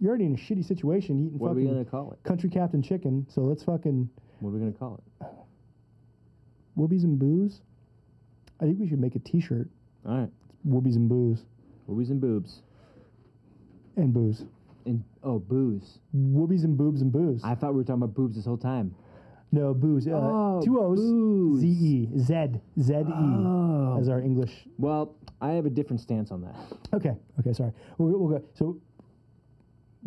S2: you're already in a shitty situation eating
S1: What are we
S2: fucking
S1: gonna call it?
S2: country captain chicken. So let's fucking.
S1: What are we gonna call it?
S2: Whoobies and Booze. I think we should make a T-shirt.
S1: All right.
S2: Whoobies and Booze
S1: Whoobies and boobs.
S2: and Booze.
S1: And oh booze.
S2: Whoobies and Boobs and Booze.
S1: I thought we were talking about boobs this whole time.
S2: no Booze. Uh,
S1: Oh,
S2: two O's.
S1: booze.
S2: Z E Z Z E
S1: Oh.
S2: as our English.
S1: Well, I have a different stance on that.
S2: Okay. Okay. Sorry. We'll, we'll go. So.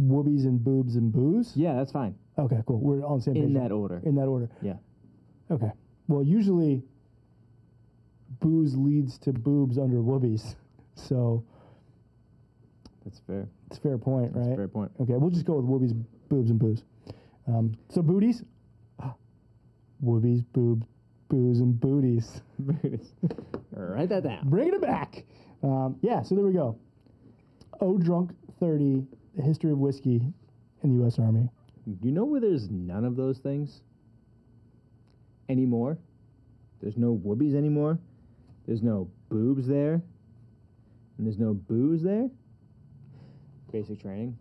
S2: Whoobies and boobs and booze.
S1: Yeah, that's fine.
S2: Okay, cool. We're on the same page.
S1: In
S2: now.
S1: that order.
S2: In that order.
S1: Yeah.
S2: Okay. Well, usually, booze leads to boobs under whoobies, so
S1: That's fair.
S2: it's a fair point, right?
S1: Fair point.
S2: Okay, we'll just go with whoobies, boobs, and booze. Um, so booties, whoobies, boobs, booze, and booties.
S1: Write that down.
S2: Bringing it back. Um, yeah. So there we go. Oh, drunk thirty. The history of whiskey in the U.S. Army.
S1: You know where there's none of those things anymore? There's no whoobies anymore. There's no boobs there. And there's no booze there. Basic training.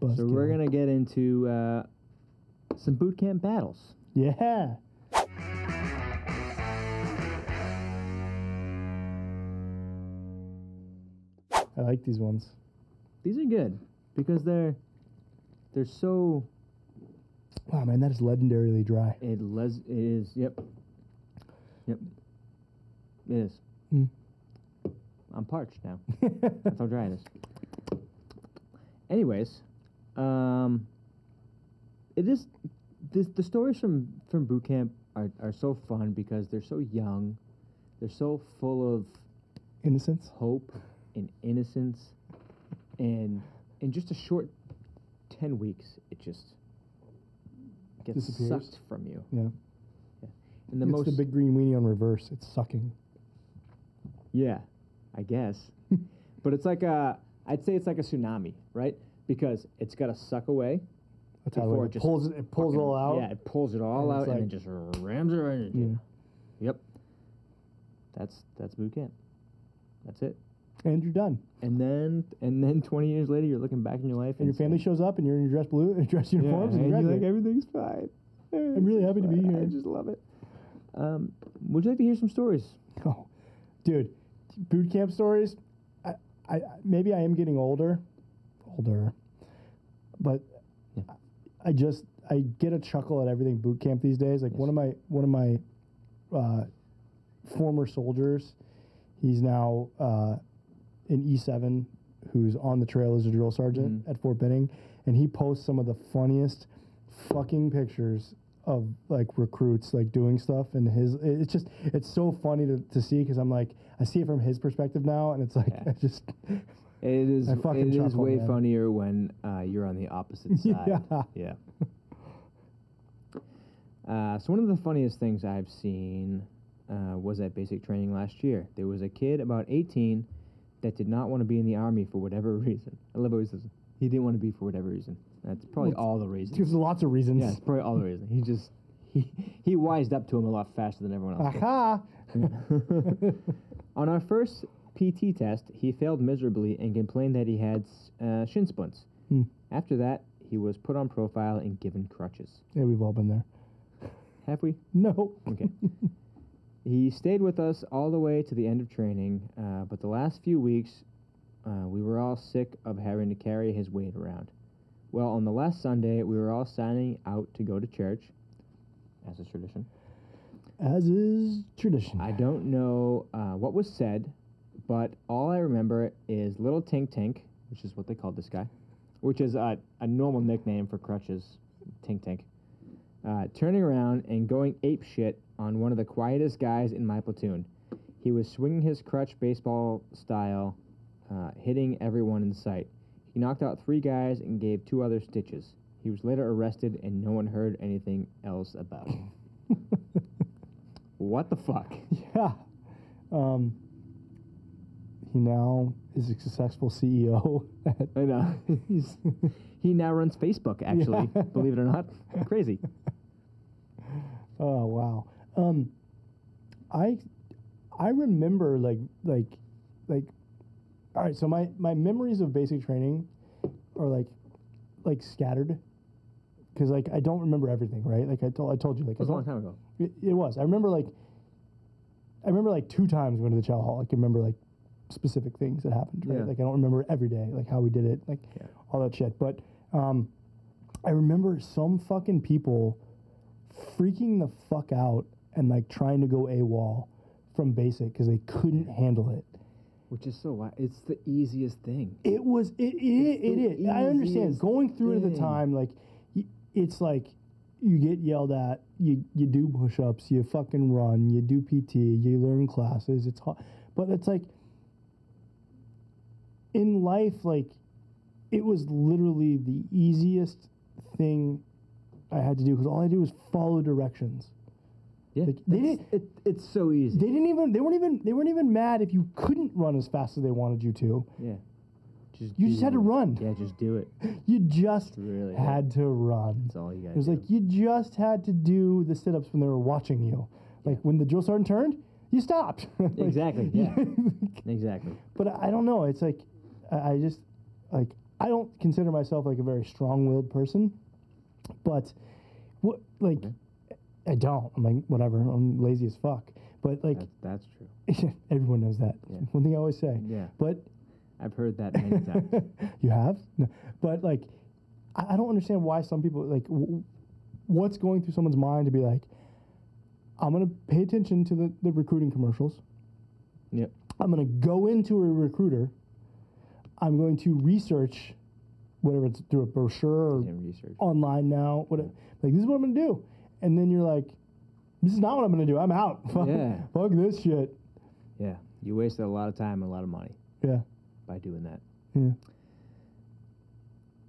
S2: Buzzkill.
S1: So we're going to get into uh, some boot camp battles.
S2: Yeah. I like these ones.
S1: These are good because they're they're so
S2: Wow, man, that is legendarily dry.
S1: It les it is yep. Yep. It is.
S2: Mm.
S1: I'm parched now. That's how dry it is. Anyways, um it is this the stories from from boot camp are, are so fun because they're so young. They're so full of
S2: Innocence.
S1: hope and innocence and in just a short 10 weeks it just gets
S2: Disappears.
S1: sucked from you.
S2: Yeah.
S1: And the
S2: it's
S1: most
S2: the big green weenie on reverse. It's sucking.
S1: Yeah, I guess. but it's like a, I'd say it's like a tsunami, right? Because it's got to suck away.
S2: That's how
S1: Before
S2: it,
S1: it just
S2: pulls. It pulls it all out.
S1: Yeah, it pulls it all
S2: And
S1: out
S2: it's
S1: and then just rams it right into you. Yep. That's that's boot camp. That's it.
S2: and you're done.
S1: And then and then 20 years later, you're looking back in your life
S2: And your family
S1: saying,
S2: shows up, and you're in your dress blue, dress
S1: yeah,
S2: uniforms,
S1: and
S2: and,
S1: you're
S2: you're
S1: like everything's fine.
S2: I'm really happy to be
S1: Everything's fine.
S2: here."
S1: I just love it. Um, would you like to hear some stories?
S2: Oh, dude, boot camp stories. I, I, I- maybe I am getting older, older, but
S1: Yeah.
S2: I just I get a chuckle at everything boot camp these days. Like one of my one of my uh, former soldiers, he's now uh, an E seven
S1: Mm-hmm.
S2: who's on the trail as a drill sergeant at Fort Benning, and he posts some of the funniest fucking pictures of like recruits like doing stuff and his it- it's just it's so funny to, to see because i'm like i see it from his perspective now and it's like
S1: Yeah.
S2: i just
S1: It is.
S2: I fucking
S1: It is
S2: chuckle,
S1: way
S2: man.
S1: funnier when uh, you're on the opposite side.
S2: Yeah.
S1: Yeah. Uh, so one of the funniest things I've seen uh, was at basic training last year. There was a kid about 18 that did not want to be in the army for whatever reason. I love how he says he didn't want to be for whatever reason. That's probably all the reasons.
S2: there's lots of reasons
S1: Yeah, it's probably all the reason. He just he he wised up to him a lot faster than everyone else. did.
S2: aha
S1: On our first PT test, he failed miserably and complained that he had uh, shin splints.
S2: Hmm.
S1: After that, he was put on profile and given crutches.
S2: yeah we've all been there
S1: Have we?
S2: no
S1: Okay. he stayed with us all the way to the end of training, uh, but the last few weeks, uh, we were all sick of having to carry his weight around. Well, on the last Sunday, we were all signing out to go to church, as is tradition.
S2: as is tradition
S1: I don't know uh, what was said, but all I remember is Little Tink Tink, which is what they called this guy, which is uh, a normal nickname for crutches, Tink Tink, uh, turning around and going ape shit on one of the quietest guys in my platoon. He was swinging his crutch baseball style, uh, hitting everyone in sight. He knocked out three guys and gave two other stitches. He was later arrested, and no one heard anything else about him. what the fuck?
S2: yeah um he now is a successful ceo at
S1: I know. He's he now runs Facebook. Actually,
S2: Yeah.
S1: believe it or not, crazy.
S2: Oh wow. Um, I I remember like like like. All right, so my my memories of basic training are like like scattered because like I don't remember everything, right? Like I told I told you like
S1: That
S2: I
S1: was a
S2: don't-
S1: long time ago.
S2: it, it was. I remember like I remember like two times we went to the chow hall. I can remember like specific things that happened. Right?
S1: Yeah.
S2: Like I don't remember every day, like how we did it, like
S1: Yeah.
S2: all that shit. But um, I remember some fucking people freaking the fuck out and like trying to go AWOL from basic because they couldn't handle it.
S1: Which is so wild. It's the easiest thing.
S2: It was it it, it,
S1: It's
S2: it,
S1: the
S2: I understand
S1: easiest
S2: going through it at the
S1: thing.
S2: time like y- it's like you get yelled at you you do push-ups you fucking run you do PT you learn classes it's hot but it's like in life like it was literally the easiest thing I had to do because all I did was follow directions
S1: Yeah,
S2: Like, they
S1: it's, it, it's so easy.
S2: they didn't even they weren't even they weren't even mad if you couldn't run as fast as they wanted you to
S1: yeah, just
S2: you
S1: do
S2: just had to
S1: it.
S2: run
S1: Yeah, just do it.
S2: you just
S1: Really,
S2: had to run.
S1: that's all you got.
S2: It was like you just had to do the sit ups when they were watching you. Like when the drill sergeant turned, you stopped. Like,
S1: exactly. Yeah, exactly.
S2: but I I don't know. It's like I I just like I don't consider myself like a very strong willed person, but what like I don't. I'm like whatever. I'm lazy as fuck. But like
S1: That's, that's true.
S2: everyone knows that.
S1: Yeah.
S2: One thing I always say.
S1: Yeah,
S2: But
S1: I've heard that many times.
S2: you have, no. but like, I, I don't understand why some people like, w- what's going through someone's mind to be like, I'm gonna pay attention to the, the recruiting commercials.
S1: Yep.
S2: I'm gonna go into a recruiter. I'm going to research, whatever it's through a brochure or
S1: Damn research.
S2: online now. What like this is what I'm gonna do, and then you're like, this is not what I'm gonna do. I'm out. Fuck,
S1: Yeah.
S2: fuck this shit.
S1: Yeah, you wasted a lot of time and a lot of money
S2: Yeah,
S1: by doing that.
S2: yeah.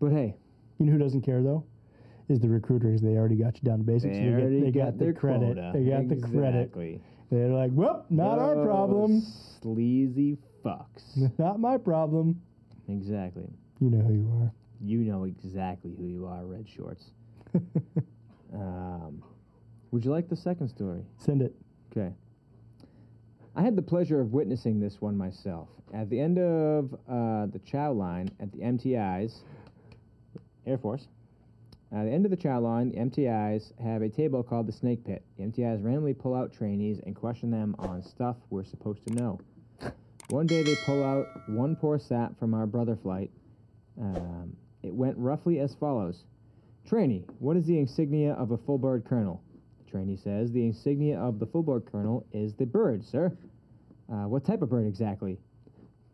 S1: But hey,
S2: You know who doesn't care though? Is the recruiter because they already got you down to basics.
S1: they
S2: and you get-
S1: already
S2: they got, the
S1: their
S2: credit.
S1: quota.
S2: They got the credit.
S1: Exactly.
S2: They're like, well, not our
S1: Those
S2: problem.
S1: Sleazy fucks.
S2: Not my problem.
S1: exactly.
S2: You know who you are.
S1: you know exactly who you are, Red Shorts. um, would you like the second story?
S2: Send it.
S1: Okay. I had the pleasure of witnessing this one myself. At the end of uh, the chow line at the MTIs, Air Force, at the end of the chow line, the MTIs have a table called the Snake Pit. The MTIs randomly pull out trainees and question them on stuff we're supposed to know. One day they pull out one poor sap from our brother flight. Um, it went roughly as follows Trainee, what is the insignia of a full bird colonel? The trainee says, The insignia of the full bird colonel is the bird, sir. Uh, what type of bird exactly?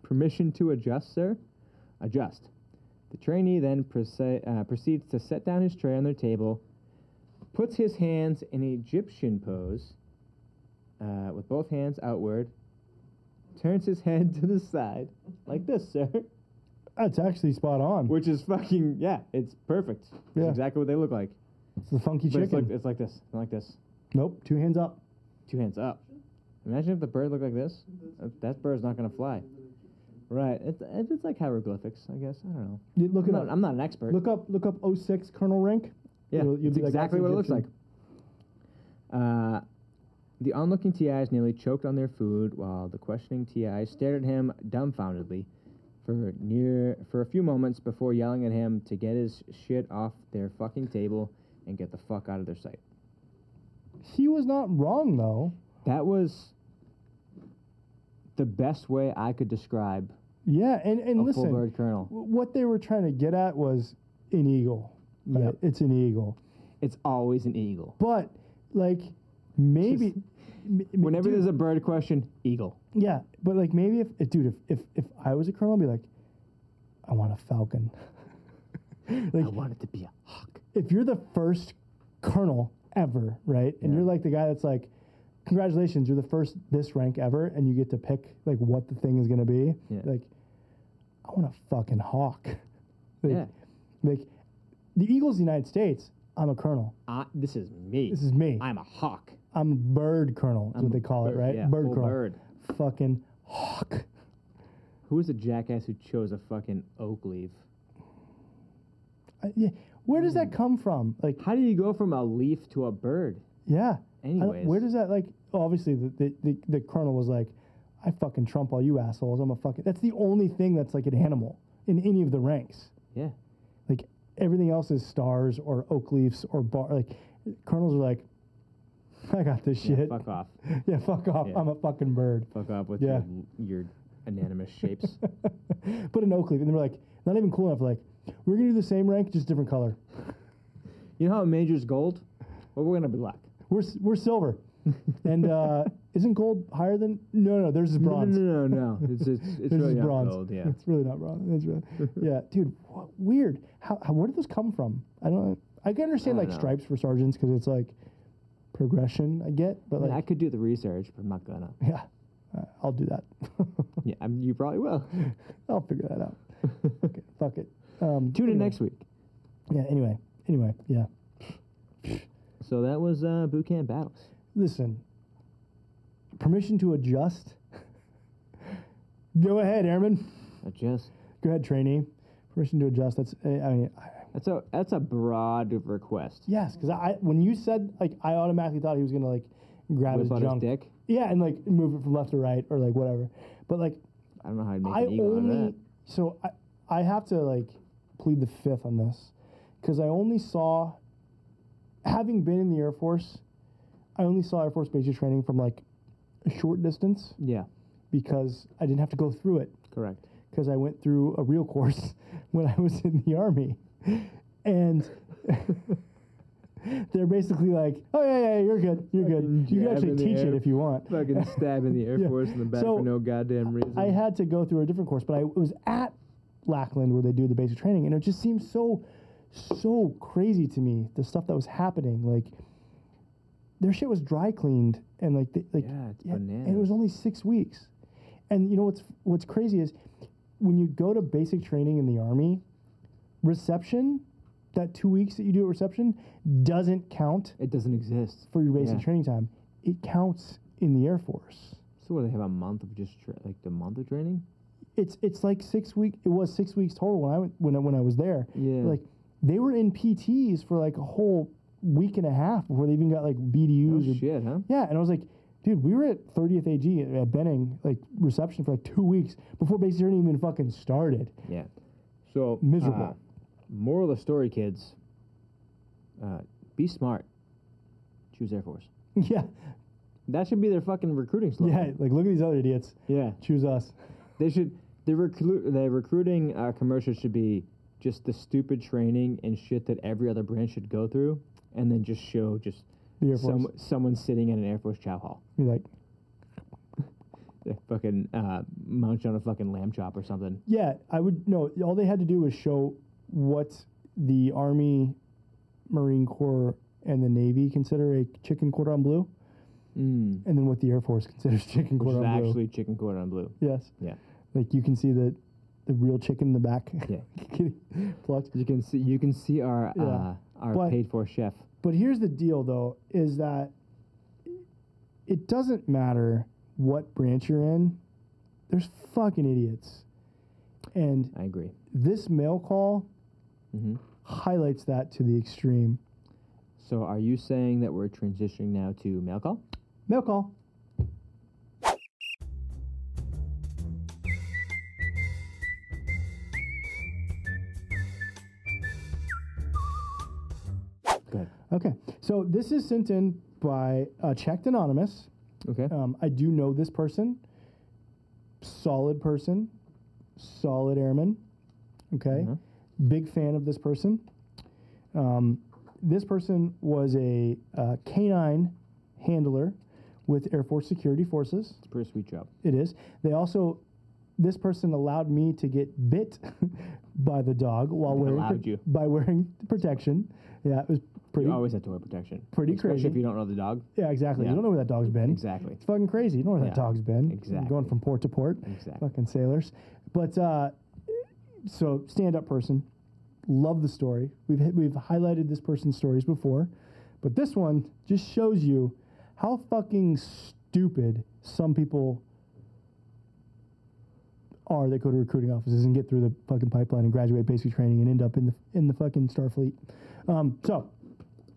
S1: Permission to adjust, sir? Adjust. The trainee then proce- uh, proceeds to set down his tray on their table, puts his hands in Egyptian pose, uh, with both hands outward, turns his head to the side, like this, sir,
S2: That's actually spot on.
S1: which is fucking, yeah, it's perfect. It's
S2: Yeah.
S1: exactly what they look like.
S2: It's the funky
S1: But it's
S2: chicken.
S1: like, it's like this, like this.
S2: nope, two hands up.
S1: two hands up. Imagine if the bird looked like this. Uh, That bird's not gonna fly. Right. It's, it's it's like hieroglyphics, I guess. I don't know.
S2: You look
S1: I'm
S2: it
S1: not,
S2: up.
S1: I'm not an expert.
S2: Look up. Look up. 06 Colonel Rank.
S1: yeah,
S2: you'll- you'll
S1: it's
S2: be like,
S1: exactly what
S2: "That's
S1: it looks like.
S2: Egyptian."
S1: Uh, the onlooking TIs nearly choked on their food, while the questioning TI stared at him dumbfoundedly for near for a few moments before yelling at him to get his shit off their fucking table and get the fuck out of their sight.
S2: He was not wrong though.
S1: That was the best way I could describe
S2: Yeah, and and
S1: a
S2: listen,
S1: full bird colonel.
S2: w- what they were trying to get at was an eagle. right?
S1: Yep.
S2: it's an eagle.
S1: It's always an eagle.
S2: But like maybe. m- m-
S1: Whenever
S2: dude,
S1: there's a bird question, eagle.
S2: Yeah, but like maybe if, if dude, if, if if I was a colonel, I'd be like, I want a falcon. like
S1: I want it to be a hawk.
S2: if you're the first colonel ever, right? And you're like the guy that's like, congratulations, you're the first this rank ever, and you get to pick like what the thing is gonna be.
S1: Yeah.
S2: Like, I want a fucking hawk. like,
S1: Yeah.
S2: like the Eagles, of the United States. I'm a colonel.
S1: I, this is me.
S2: This is me.
S1: I'm a hawk.
S2: I'm a bird colonel. Is what they call it,
S1: bird,
S2: right?
S1: yeah,
S2: bird
S1: full
S2: colonel.
S1: bird.
S2: Fucking hawk.
S1: Who was the jackass who chose a fucking oak leaf?
S2: I- yeah. Where does
S1: Hmm.
S2: that come from? Like,
S1: How do you go from a leaf to a bird?
S2: yeah. I don't-
S1: Anyways.
S2: where does that like? Obviously, the, the, the, the colonel was like, "I fucking trump all you assholes. I'm a fucking." That's the only thing that's like an animal in any of the ranks.
S1: Yeah.
S2: Like everything else is stars or oak leaves or bar. Like colonels are like, "I got this
S1: Yeah,
S2: shit.
S1: fuck off.
S2: yeah, fuck off.
S1: Yeah.
S2: I'm a fucking bird."
S1: Fuck off with
S2: Yeah.
S1: your, your anonymous shapes.
S2: Put an oak leaf, and they're like, not even cool enough. Like, we're gonna do the same rank, just different color.
S1: you know how a major's gold? Well, we're gonna be black.
S2: We're s- we're silver, and uh, isn't gold higher than? No, no, there's is
S1: No,
S2: bronze.
S1: No, no, no, no. It's it's, it's
S2: This
S1: really
S2: is
S1: not
S2: bronze.
S1: gold. Yeah.
S2: It's really not bronze. It's really, yeah, dude. What, weird. How, how? Where did this come from? I don't. I can understand
S1: I
S2: like
S1: don't know.
S2: stripes for sergeants because it's like progression. I get, but
S1: I mean, I
S2: like,
S1: could do the research, but I'm not gonna.
S2: yeah, uh, I'll do that.
S1: Yeah, I mean, you probably will.
S2: I'll figure that out. okay, fuck it. Um,
S1: Tune in
S2: anyway.
S1: next week.
S2: Yeah. Anyway. Anyway. Yeah.
S1: So that was uh, boot camp battles.
S2: Listen. Permission to adjust. Go ahead, Airman.
S1: I just
S2: Go ahead, trainee. Permission to adjust. That's. I I mean. I,
S1: that's a that's a broad request.
S2: Yes, because I when you said like I automatically thought he was gonna like grab
S1: Whip
S2: his
S1: out
S2: junk,
S1: his dick.
S2: yeah, and like move it from left to right or like whatever. But like
S1: I don't know how I'd make
S2: I
S1: an eagle out
S2: only
S1: of that.
S2: so I I have to like plead the fifth on this because I only saw, having been in the Air Force, I only saw Air Force basic training from like a short distance
S1: Yeah,
S2: because I didn't have to go through it
S1: correct.
S2: because I went through a real course when I was in the army. And they're basically like, oh, yeah, yeah, you're good. You're
S1: Fucking
S2: good. You can
S1: jab
S2: actually
S1: in the
S2: teach it
S1: air.
S2: if you want.
S1: Fucking stab in the Air
S2: Yeah.
S1: Force in the back
S2: So,
S1: for no goddamn reason.
S2: I had to go through a different course, but I was at Lackland where they do the basic training, and it just seemed so, so crazy to me the stuff that was happening. Like, their shit was dry cleaned, and like, they, like
S1: Yeah, it's
S2: and it
S1: bananas.
S2: was only six weeks. And you know what's what's crazy is when you go to basic training in the army, reception, that two weeks that you do at reception doesn't count
S1: it doesn't exist.
S2: for your basic
S1: Yeah.
S2: training time. It counts in the Air Force.
S1: So what? They have a month of just tra- like the month of training.
S2: it's it's like six week. It was six weeks total when I went, when I, when I was there.
S1: Yeah.
S2: Like they were in PTs for like a whole week and a half before they even got like
S1: Oh
S2: BDUs. or,
S1: shit, huh?
S2: Yeah, and I was like, dude, we were at 30th AG at, at Benning like reception for like two weeks before basic training even fucking started.
S1: Yeah. So
S2: Miserable.
S1: uh, moral of the story, kids. Uh, be smart. Choose Air Force.
S2: yeah,
S1: That should be their fucking recruiting slogan.
S2: yeah. Like look at these other idiots.
S1: Yeah.
S2: Choose us.
S1: They should. The recruit. The recruiting uh, commercial should be just the stupid training and shit that every other branch should go through, and then just show just
S2: The Air Force.
S1: some someone sitting in an Air Force chow hall.
S2: You're like,
S1: They're fucking uh, munch on a fucking lamb chop or something.
S2: Yeah, I would no. All they had to do was show what the Army, Marine Corps, and the Navy consider a chicken cordon bleu,
S1: Mm.
S2: and then what the Air Force considers chicken
S1: Which is
S2: cordon bleu.
S1: actually chicken cordon bleu.
S2: yes,
S1: Yeah.
S2: like you can see the the real chicken in the back
S1: Yeah.
S2: getting plucked.
S1: You can see you can see our
S2: Yeah.
S1: uh, our
S2: But-
S1: paid for chef.
S2: But here's the deal, though, is that it doesn't matter what branch you're in. There's fucking idiots, and
S1: I agree.
S2: this mail call
S1: hmm
S2: highlights that to the extreme.
S1: So are you saying that we're transitioning now to mail call?
S2: Mail call.
S1: Good.
S2: Okay, so this is sent in by uh, Checked Anonymous.
S1: Okay.
S2: Um, I do know this person. Solid person, solid airman. Okay,
S1: Mhm.
S2: big fan of this person. Um, this person was a uh, canine handler with Air Force Security Forces.
S1: It's a pretty sweet job.
S2: It is. They also, this person allowed me to get bit by the dog while
S1: They
S2: wearing
S1: allowed you.
S2: by wearing protection. Yeah, it was pretty.
S1: You always have to wear protection.
S2: pretty
S1: Especially
S2: crazy.
S1: if you don't know the dog.
S2: Yeah, exactly.
S1: Yeah.
S2: You don't know where that dog's been.
S1: Exactly.
S2: It's fucking crazy. You don't know where that
S1: Yeah,
S2: dog's been. Going
S1: exactly.
S2: from port to port.
S1: Exactly.
S2: Fucking sailors. But uh, so stand up person. Love the story. We've hit, we've highlighted this person's stories before, but this one just shows you how fucking stupid some people are that go to recruiting offices and get through the fucking pipeline and graduate basic training and end up in the in the fucking Starfleet. Um, so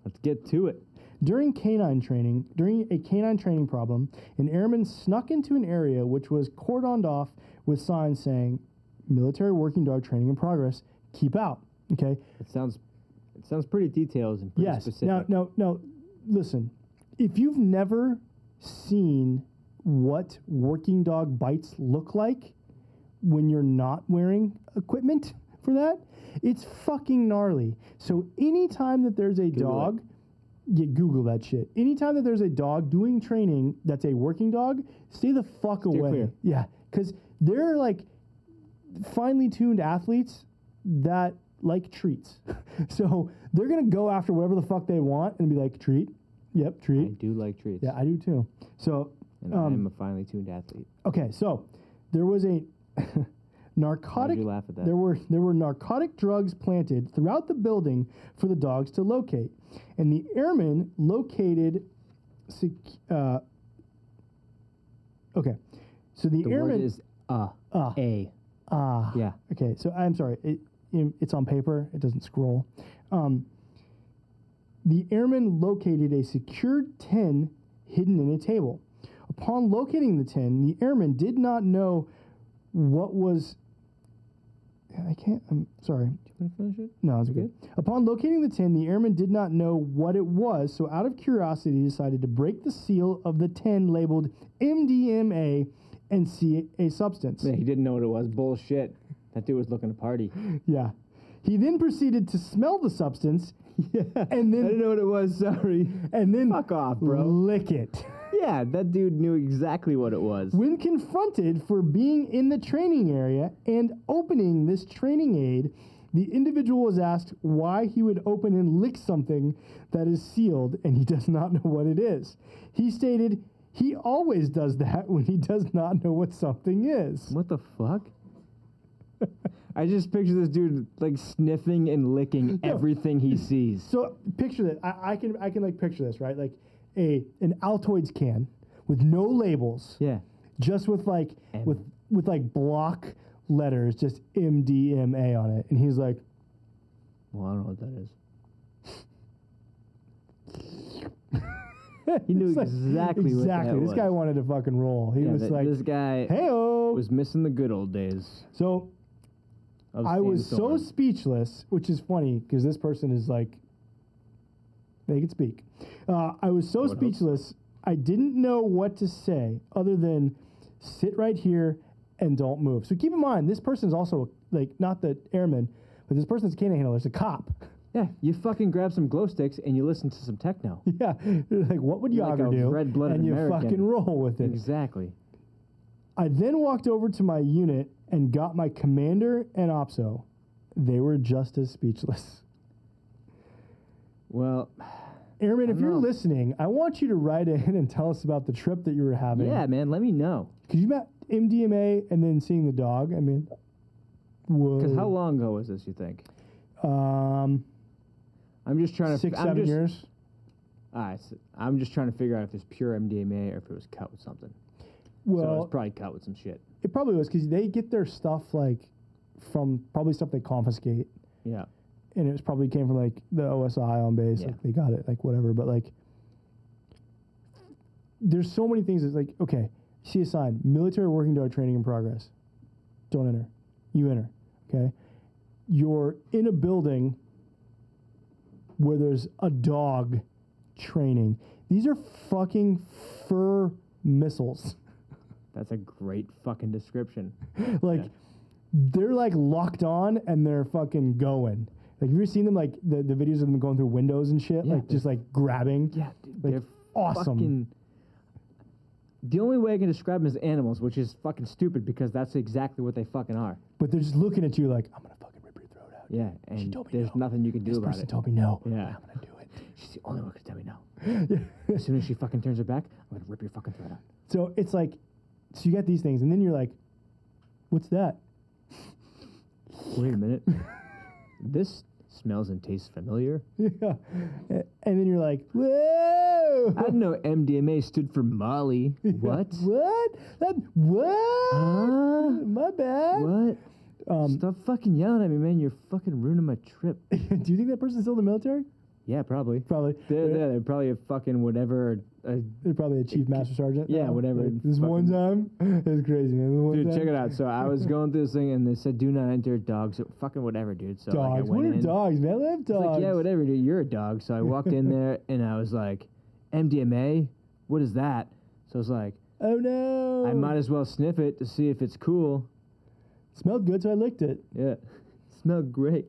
S1: Let's get to it.
S2: during canine training, during a canine training problem, an airman snuck into an area which was cordoned off with signs saying, military working dog training in progress, keep out. Okay.
S1: It sounds it sounds pretty detailed and pretty
S2: yes.
S1: specific.
S2: Now, no, no. Listen, if you've never seen what working dog bites look like when you're not wearing equipment for that, it's fucking gnarly. So anytime that there's a
S1: it.
S2: dog, yeah, Google that shit. Anytime that there's a dog doing training that's a working dog, stay the fuck away.
S1: clear.
S2: Yeah, because they're like finely tuned athletes that like treats. so they're gonna go after whatever the fuck they want and be like treat. Yep,
S1: I
S2: treat.
S1: do like treats.
S2: Yeah, I do too. So
S1: and
S2: um,
S1: I'm a finely tuned athlete.
S2: okay, so there was a
S1: Why'd
S2: narcotic.
S1: you laugh at that?
S2: There were there were narcotic drugs planted throughout the building for the dogs to locate, and the airmen located. Sec- uh, okay, so the,
S1: the word
S2: airmen
S1: is uh,
S2: Uh.
S1: a.
S2: ah
S1: Yeah.
S2: okay. So I'm sorry, it, it- it's on paper. It doesn't scroll. Um, the airmen located a secured tin hidden in a table. Upon locating the tin, the airmen did not know what was. I can't. I'm sorry.
S1: Can I finish it?
S2: No, it's
S1: You're
S2: good. Upon locating the tin, the airmen did not know what it was, so out of curiosity, decided to break the seal of the tin labeled MDMA and see a substance.
S1: Yeah, he didn't know what it was. Bullshit. That dude was looking to party.
S2: Yeah. He then proceeded to smell the substance
S1: yeah.
S2: and
S1: I
S2: then
S1: didn't know what it was. Sorry.
S2: and then
S1: Fuck off, bro.
S2: lick it.
S1: Yeah, that dude knew exactly what it was.
S2: When confronted for being in the training area and opening this training aid, the individual was asked why he would open and lick something that is sealed and he does not know what it is. He stated he always does that when he does not know what something is.
S1: What the fuck? I just picture this dude like sniffing and licking everything he sees.
S2: So picture that. I, I can I can like picture this, right? Like a an Altoids can with no labels.
S1: Yeah.
S2: just with like
S1: M.
S2: with with like block letters, just MDMA on it. And he's like,
S1: Well, I don't know what that is. he knew
S2: it's like,
S1: exactly, what that
S2: exactly.
S1: was.
S2: This guy wanted to fucking roll. He
S1: Yeah,
S2: was
S1: th-
S2: like,
S1: this guy
S2: hey oh.
S1: was missing the good old days.
S2: So
S1: Of
S2: I was so
S1: sandstorm.
S2: speechless, which is funny because this person is like, they can speak. Uh, I was so
S1: would hope so.
S2: speechless, I didn't know what to say other than sit right here and don't move. So keep in mind, this person's also like not the airman, but this person's a canine handler. It's a cop.
S1: yeah. You fucking grab some glow sticks and you listen to some techno.
S2: Yeah, like what would
S1: You're like
S2: Yager
S1: a
S2: do?
S1: red-blooded
S2: and you
S1: American.
S2: fucking roll with it.
S1: exactly.
S2: I then walked over to my unit and got my commander and opso. They were just as speechless.
S1: Well,
S2: Airman, if you're
S1: know.
S2: listening, I want you to write in and tell us about the trip that you were having.
S1: yeah, man. Let me know.
S2: Because you met MDMA and then seeing the dog. I mean, whoa.
S1: Because how long ago was this? You think?
S2: Um,
S1: I'm just trying to.
S2: six,
S1: I'm
S2: seven
S1: just,
S2: years.
S1: All right, so I'm just trying to figure out if it's pure MDMA or if it was cut with something.
S2: Well,
S1: so it was probably cut with some shit.
S2: it probably was because they get their stuff like from probably stuff they confiscate.
S1: Yeah.
S2: and it was probably came from like the OSI on base.
S1: Yeah.
S2: Like they got it, like whatever. But like, there's so many things. It's like okay, see a sign, military working dog training in progress. Don't enter. You enter. Okay, you're in a building where there's a dog training. These are fucking fur missiles.
S1: That's a great fucking description.
S2: like they're like locked on and they're fucking going. Like have you ever seen them like the, the videos of them going through windows and shit?
S1: Yeah.
S2: Like just like grabbing.
S1: Yeah, dude,
S2: Like,
S1: they're
S2: awesome.
S1: Fucking, the only way I can describe them is animals, which is fucking stupid because that's exactly what they fucking are.
S2: But they're just looking at you like, I'm gonna fucking rip your throat out.
S1: Yeah, and
S2: told me
S1: there's
S2: no.
S1: nothing you can do
S2: This
S1: about
S2: person
S1: it.
S2: told me no.
S1: Yeah.
S2: but I'm gonna do it.
S1: She's the only one who can tell me no. as soon as she fucking turns her back, I'm gonna rip your fucking throat out.
S2: So it's like so you got these things and then you're like, What's that?
S1: Wait a minute. this smells and tastes familiar.
S2: Yeah. And then you're like, Whoa
S1: I didn't know MDMA stood for Molly. Uh, What?
S2: What? That what?
S1: Huh?
S2: My bad.
S1: What? Stop fucking yelling at me, man. You're fucking ruining my trip.
S2: Do you think that person's still in the military?
S1: Yeah, probably.
S2: Probably.
S1: They're, they're, they're probably a fucking whatever. Uh,
S2: They're probably a chief master sergeant.
S1: yeah,
S2: now.
S1: whatever.
S2: Like, this one time, it's crazy, man. This one
S1: dude,
S2: time,
S1: check it out. So I was going through this thing and they said, do not enter dogs. So fucking whatever, dude. So Like, I
S2: Dogs.
S1: went
S2: what are
S1: in.
S2: dogs, man? I love
S1: I was
S2: dogs.
S1: Like, yeah, whatever, dude. You're a dog. So I walked in there and I was like, MDMA? What is that? So I was like,
S2: Oh no.
S1: I might as well sniff it to see if it's cool.
S2: Smelled good, so I licked it.
S1: Yeah. Smelled great.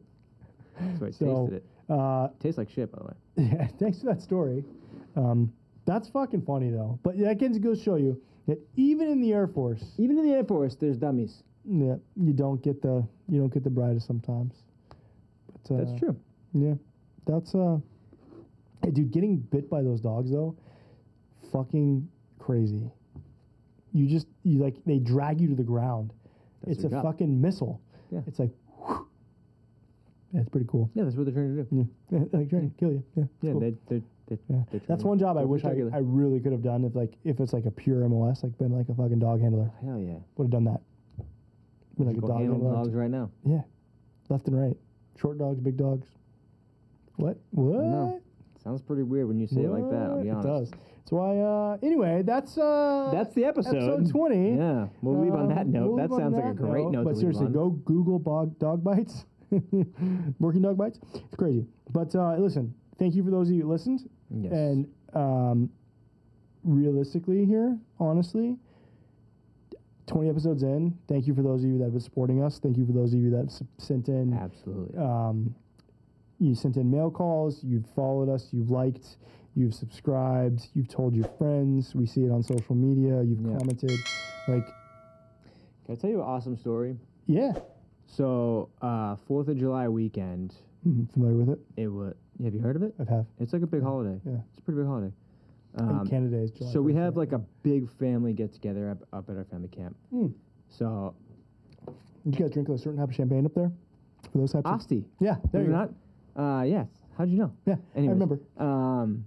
S1: So I
S2: So,
S1: tasted it.
S2: uh,
S1: Tastes like shit, by the way.
S2: yeah, thanks for that story. Um, that's fucking funny though. But that can go show you that even in the Air Force,
S1: Even in the Air Force, there's dummies.
S2: yeah, you don't get the you don't get the brightest sometimes. But, uh,
S1: That's true.
S2: Yeah, that's uh, hey, dude, getting bit by those dogs though, fucking crazy. You just you like they drag you to the ground.
S1: That's
S2: it's a
S1: their job.
S2: fucking missile.
S1: Yeah.
S2: it's like, whew. yeah, it's pretty cool.
S1: Yeah, that's what they're trying to do.
S2: Yeah, Yeah, like trying to kill you. Yeah, it's
S1: Yeah,
S2: cool.
S1: they, they're, they're,
S2: Yeah.
S1: they're trying
S2: That's
S1: to
S2: one job I
S1: go for
S2: wish I,
S1: jugular.
S2: I really could have done if like if it's like a pure MOS, like been like a fucking dog handler,
S1: Hell yeah.
S2: would have done that. Been like a
S1: Go
S2: dog
S1: handle
S2: handler.
S1: dogs right now.
S2: Yeah, left and right, short dogs, big dogs. What? What?
S1: Sounds pretty weird when you say it like that, I'll
S2: What?
S1: be honest.
S2: It does. That's why. Uh, anyway, that's uh,
S1: That's the episode.
S2: episode twenty.
S1: Yeah, we'll leave on that
S2: Um,
S1: note.
S2: we'll
S1: that
S2: leave on
S1: sounds like a
S2: that
S1: great note,
S2: But
S1: to
S2: seriously,
S1: leave on.
S2: go Google bog, dog bites, working dog bites. It's crazy. But uh, listen, thank you for those of you who listened.
S1: Yes.
S2: And um, realistically, here, honestly, 20 episodes in, thank you for those of you that have been supporting us. Thank you for those of you that have s- sent in
S1: Absolutely.
S2: um, you sent in mail calls, you've followed us, you've liked, you've subscribed, you've told your friends. We see it on social media. You've
S1: Yeah.
S2: commented, like,
S1: Can I tell you an awesome story?
S2: yeah,
S1: So, uh, 4th of July weekend,
S2: I'm familiar with it.
S1: it was. Have you heard of it?
S2: I've have
S1: It's like a big holiday.
S2: Uh, Yeah.
S1: It's a pretty big holiday.
S2: in
S1: Um,
S2: Canada is July
S1: so, we
S2: 1st,
S1: have like
S2: right?
S1: a big family get together up, up at our family camp.
S2: Hmm.
S1: So,
S2: Did you guys drink a certain type of champagne up there for those types? of,
S1: Osti.
S2: yeah, there
S1: Believe
S2: you go.
S1: it or not? Uh, yes. How'd you know?
S2: Yeah,
S1: Anyways,
S2: I remember.
S1: Um,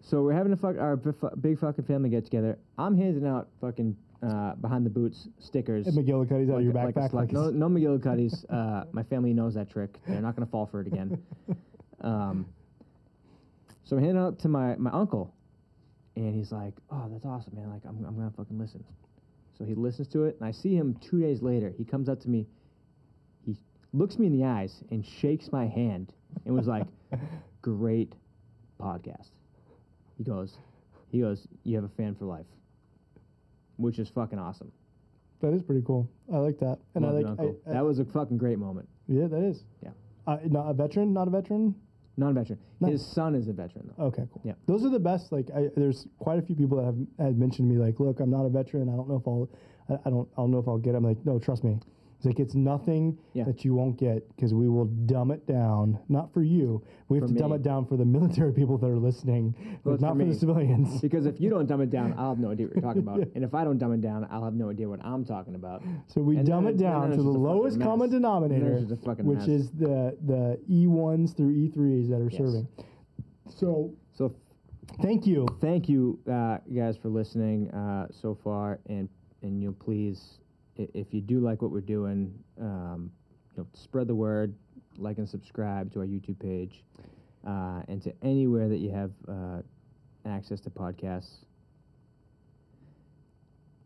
S1: so we're having a fuck our b- fu- big fucking family get together. I'm handing out fucking uh, behind the boots stickers.
S2: And McGillicuddy's out of your
S1: like a- like a
S2: backpack.
S1: slug.
S2: Like
S1: no,
S2: it's-
S1: no McGillicuddy's. uh, my family knows that trick. They're not gonna fall for it again. Um, so I hand it out to my, my uncle, and he's like, "Oh, that's awesome, man! Like, I'm, I'm gonna fucking listen." So he listens to it, and I see him two days later. He comes up to me, he looks me in the eyes, and shakes my hand, and was like, "Great podcast." He goes, he goes, "You have a fan for life," which is fucking awesome.
S2: that is pretty cool. I like that, and
S1: Love
S2: I
S1: you,
S2: like. I,
S1: Uncle.
S2: I-
S1: that was a fucking great moment.
S2: yeah, that is.
S1: Yeah.
S2: Uh, not a veteran. Not a veteran.
S1: non-veteran.
S2: Nice.
S1: His son is a veteran though.
S2: Okay, cool.
S1: Yeah.
S2: Those are the best. Like, I, there's quite a few people that have had mentioned to me, like, look, I'm not a veteran. I don't know if I'll, I, I don't, I don't know if I'll get. it." I'm like, no, trust me. It's like it's nothing
S1: Yeah.
S2: that you won't get because we will dumb it down. Not for you. We have
S1: For
S2: to dumb
S1: me.
S2: it down for the military people that are listening,
S1: Well,
S2: but
S1: it's for
S2: not for,
S1: me.
S2: the civilians.
S1: Because if you don't dumb it down, I'll have no idea what you're talking about. And if I don't dumb it down, I'll have no idea what I'm talking about.
S2: So we
S1: And
S2: dumb
S1: then
S2: it
S1: it- then
S2: down
S1: it's
S2: to the
S1: just a fucking
S2: lowest
S1: mess.
S2: common
S1: Then
S2: denominator,
S1: it's just a fucking
S2: which
S1: mess.
S2: is the the E ones through E threes that are serving. So
S1: So
S2: thank you.
S1: thank you uh, guys for listening uh, so far, and and you know, please, i- if you do like what we're doing, um, you know, spread the word, like and subscribe to our YouTube page, uh, and to anywhere that you have uh, access to podcasts.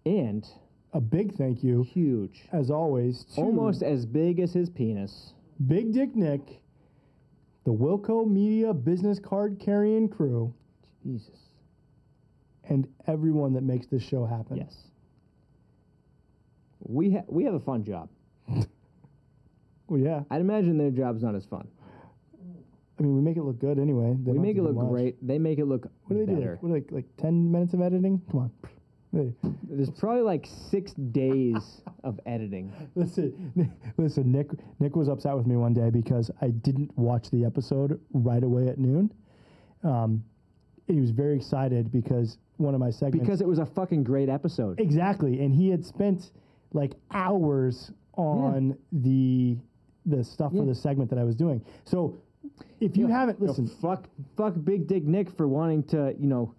S1: And
S2: A big thank you,
S1: huge,
S2: as always. To
S1: almost as big as his penis.
S2: Big Dick Nick, the Wilco Media business card carrying crew,
S1: Jesus.
S2: and everyone that makes this show happen.
S1: Yes. We ha- we have a fun job.
S2: Well, yeah.
S1: I'd imagine their job's not as fun.
S2: I mean, we make it look good anyway. They
S1: We
S2: don't
S1: make it
S2: have to do
S1: look
S2: much.
S1: great. They make it look
S2: What do they
S1: better.
S2: do? Like, what, like, like 10 minutes of editing? Come on. Hey,
S1: There's probably like six days of editing.
S2: Listen, listen. Nick, Nick was upset with me one day because I didn't watch the episode right away at noon. Um, and he was very excited because one of my segments
S1: Because it was a fucking great episode.
S2: Exactly, and he had spent like hours on the the stuff for
S1: Yeah.
S2: the segment that I was doing. So if you haven't
S1: You know,
S2: listened,
S1: fuck, fuck Big Dick Nick for wanting to, you know,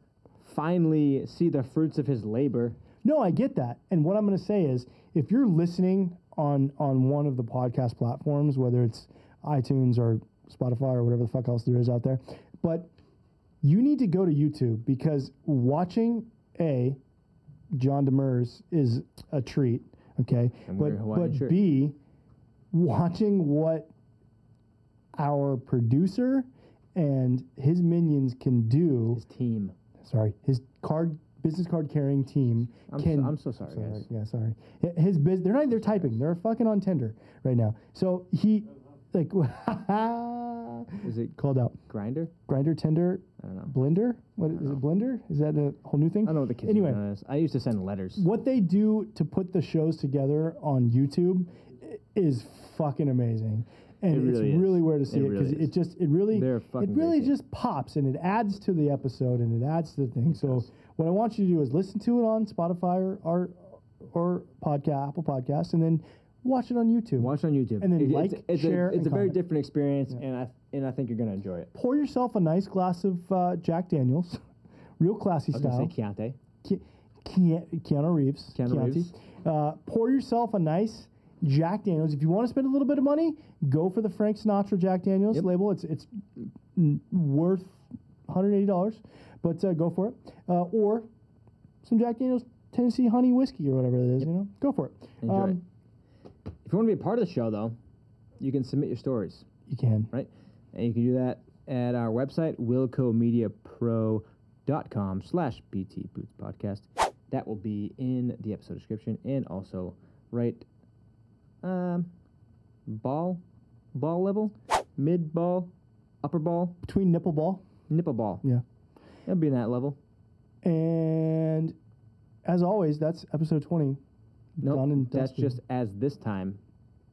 S1: finally see the fruits of his labor.
S2: no, I get that. And what I'm going to say is, if you're listening on on one of the podcast platforms, whether it's iTunes or Spotify or whatever the fuck else there is out there, but you need to go to YouTube because watching a John Demers is a treat. Okay,
S1: And we're
S2: but
S1: Hawaiian
S2: but
S1: shirt.
S2: B, watching what our producer and his minions can do.
S1: His team.
S2: sorry, his card business card carrying team
S1: I'm so-
S2: can.
S1: I'm so sorry, guys.
S2: Yeah, sorry. Hi- His biz. They're not. They're typing. They're fucking on Tinder right now. So he, like,
S1: Is it
S2: called out.
S1: Grinder?
S2: Grinder, Tinder,
S1: I don't know.
S2: Blender. What is it? Blender? Is that a whole new thing?
S1: I don't know what the kids are
S2: Anyway,
S1: doing this. I used to send letters.
S2: what they do to put the shows together on YouTube i- is fucking amazing. And
S1: It really
S2: it's
S1: is.
S2: really rare to see
S1: It
S2: it because
S1: really is.
S2: it just it really
S1: They're a
S2: it
S1: fucking great
S2: really
S1: team.
S2: just pops and it adds to the episode and it adds to the thing. So what I want you to do is listen to it on Spotify or or, or podcast Apple Podcast and then watch it on YouTube.
S1: Watch on YouTube.
S2: And then
S1: It-
S2: like,
S1: it's, it's
S2: share,
S1: a, it's
S2: and
S1: a very
S2: comment.
S1: different experience, and I and I think you're gonna enjoy it.
S2: Pour yourself a nice glass of uh, Jack Daniels, real classy
S1: I was
S2: style.
S1: gonna say Keontae.
S2: Ke- Ke- Keanu Reeves.
S1: Keanu
S2: Keontae.
S1: Reeves.
S2: Uh, pour yourself a nice Jack Daniels. If you want to spend a little bit of money, go for the Frank Sinatra Jack Daniels
S1: Yep.
S2: label. It's it's mm, worth $180, but uh, go for it. Uh, or some Jack Daniels Tennessee Honey Whiskey or whatever it is, you know? Go for it. Um,
S1: Enjoy it. If you want to be a part of the show, though, you can submit your stories.
S2: You can.
S1: right? And you can do that at our website, wilcomediapro.com slash BT Boots Podcast. That will be in the episode description and also right um, ball, ball level, mid ball, upper ball,
S2: Between Nipple Ball.
S1: nipple ball.
S2: Yeah.
S1: It'll be in that level.
S2: And as always, that's episode 20.
S1: No,
S2: Done and
S1: that's
S2: dusted.
S1: just as this time.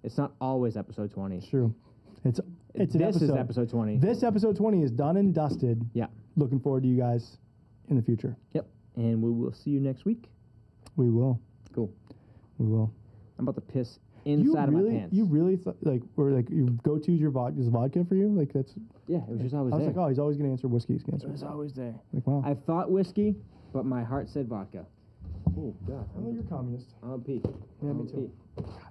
S1: It's not always episode 20.
S2: It's true. It's, it's an
S1: this
S2: episode.
S1: is episode 20.
S2: This episode 20 is done and dusted.
S1: yeah.
S2: Looking forward to you guys in the future.
S1: Yep. And we will see you next week.
S2: We will.
S1: Cool.
S2: We will.
S1: I'm about to piss inside
S2: you really,
S1: of my pants.
S2: You really th- like were like your go to is your vodka is vodka for you? Like that's
S1: yeah, it was just always
S2: I was
S1: there.
S2: like, oh, he's always gonna answer whiskey. He's gonna answer
S1: It was always there.
S2: like wow.
S1: I thought whiskey, but my heart said vodka. Oh God,
S2: know you're communist.
S1: I'm a pee.
S2: Yeah,
S1: I'm
S2: me
S1: a
S2: too.
S1: pee.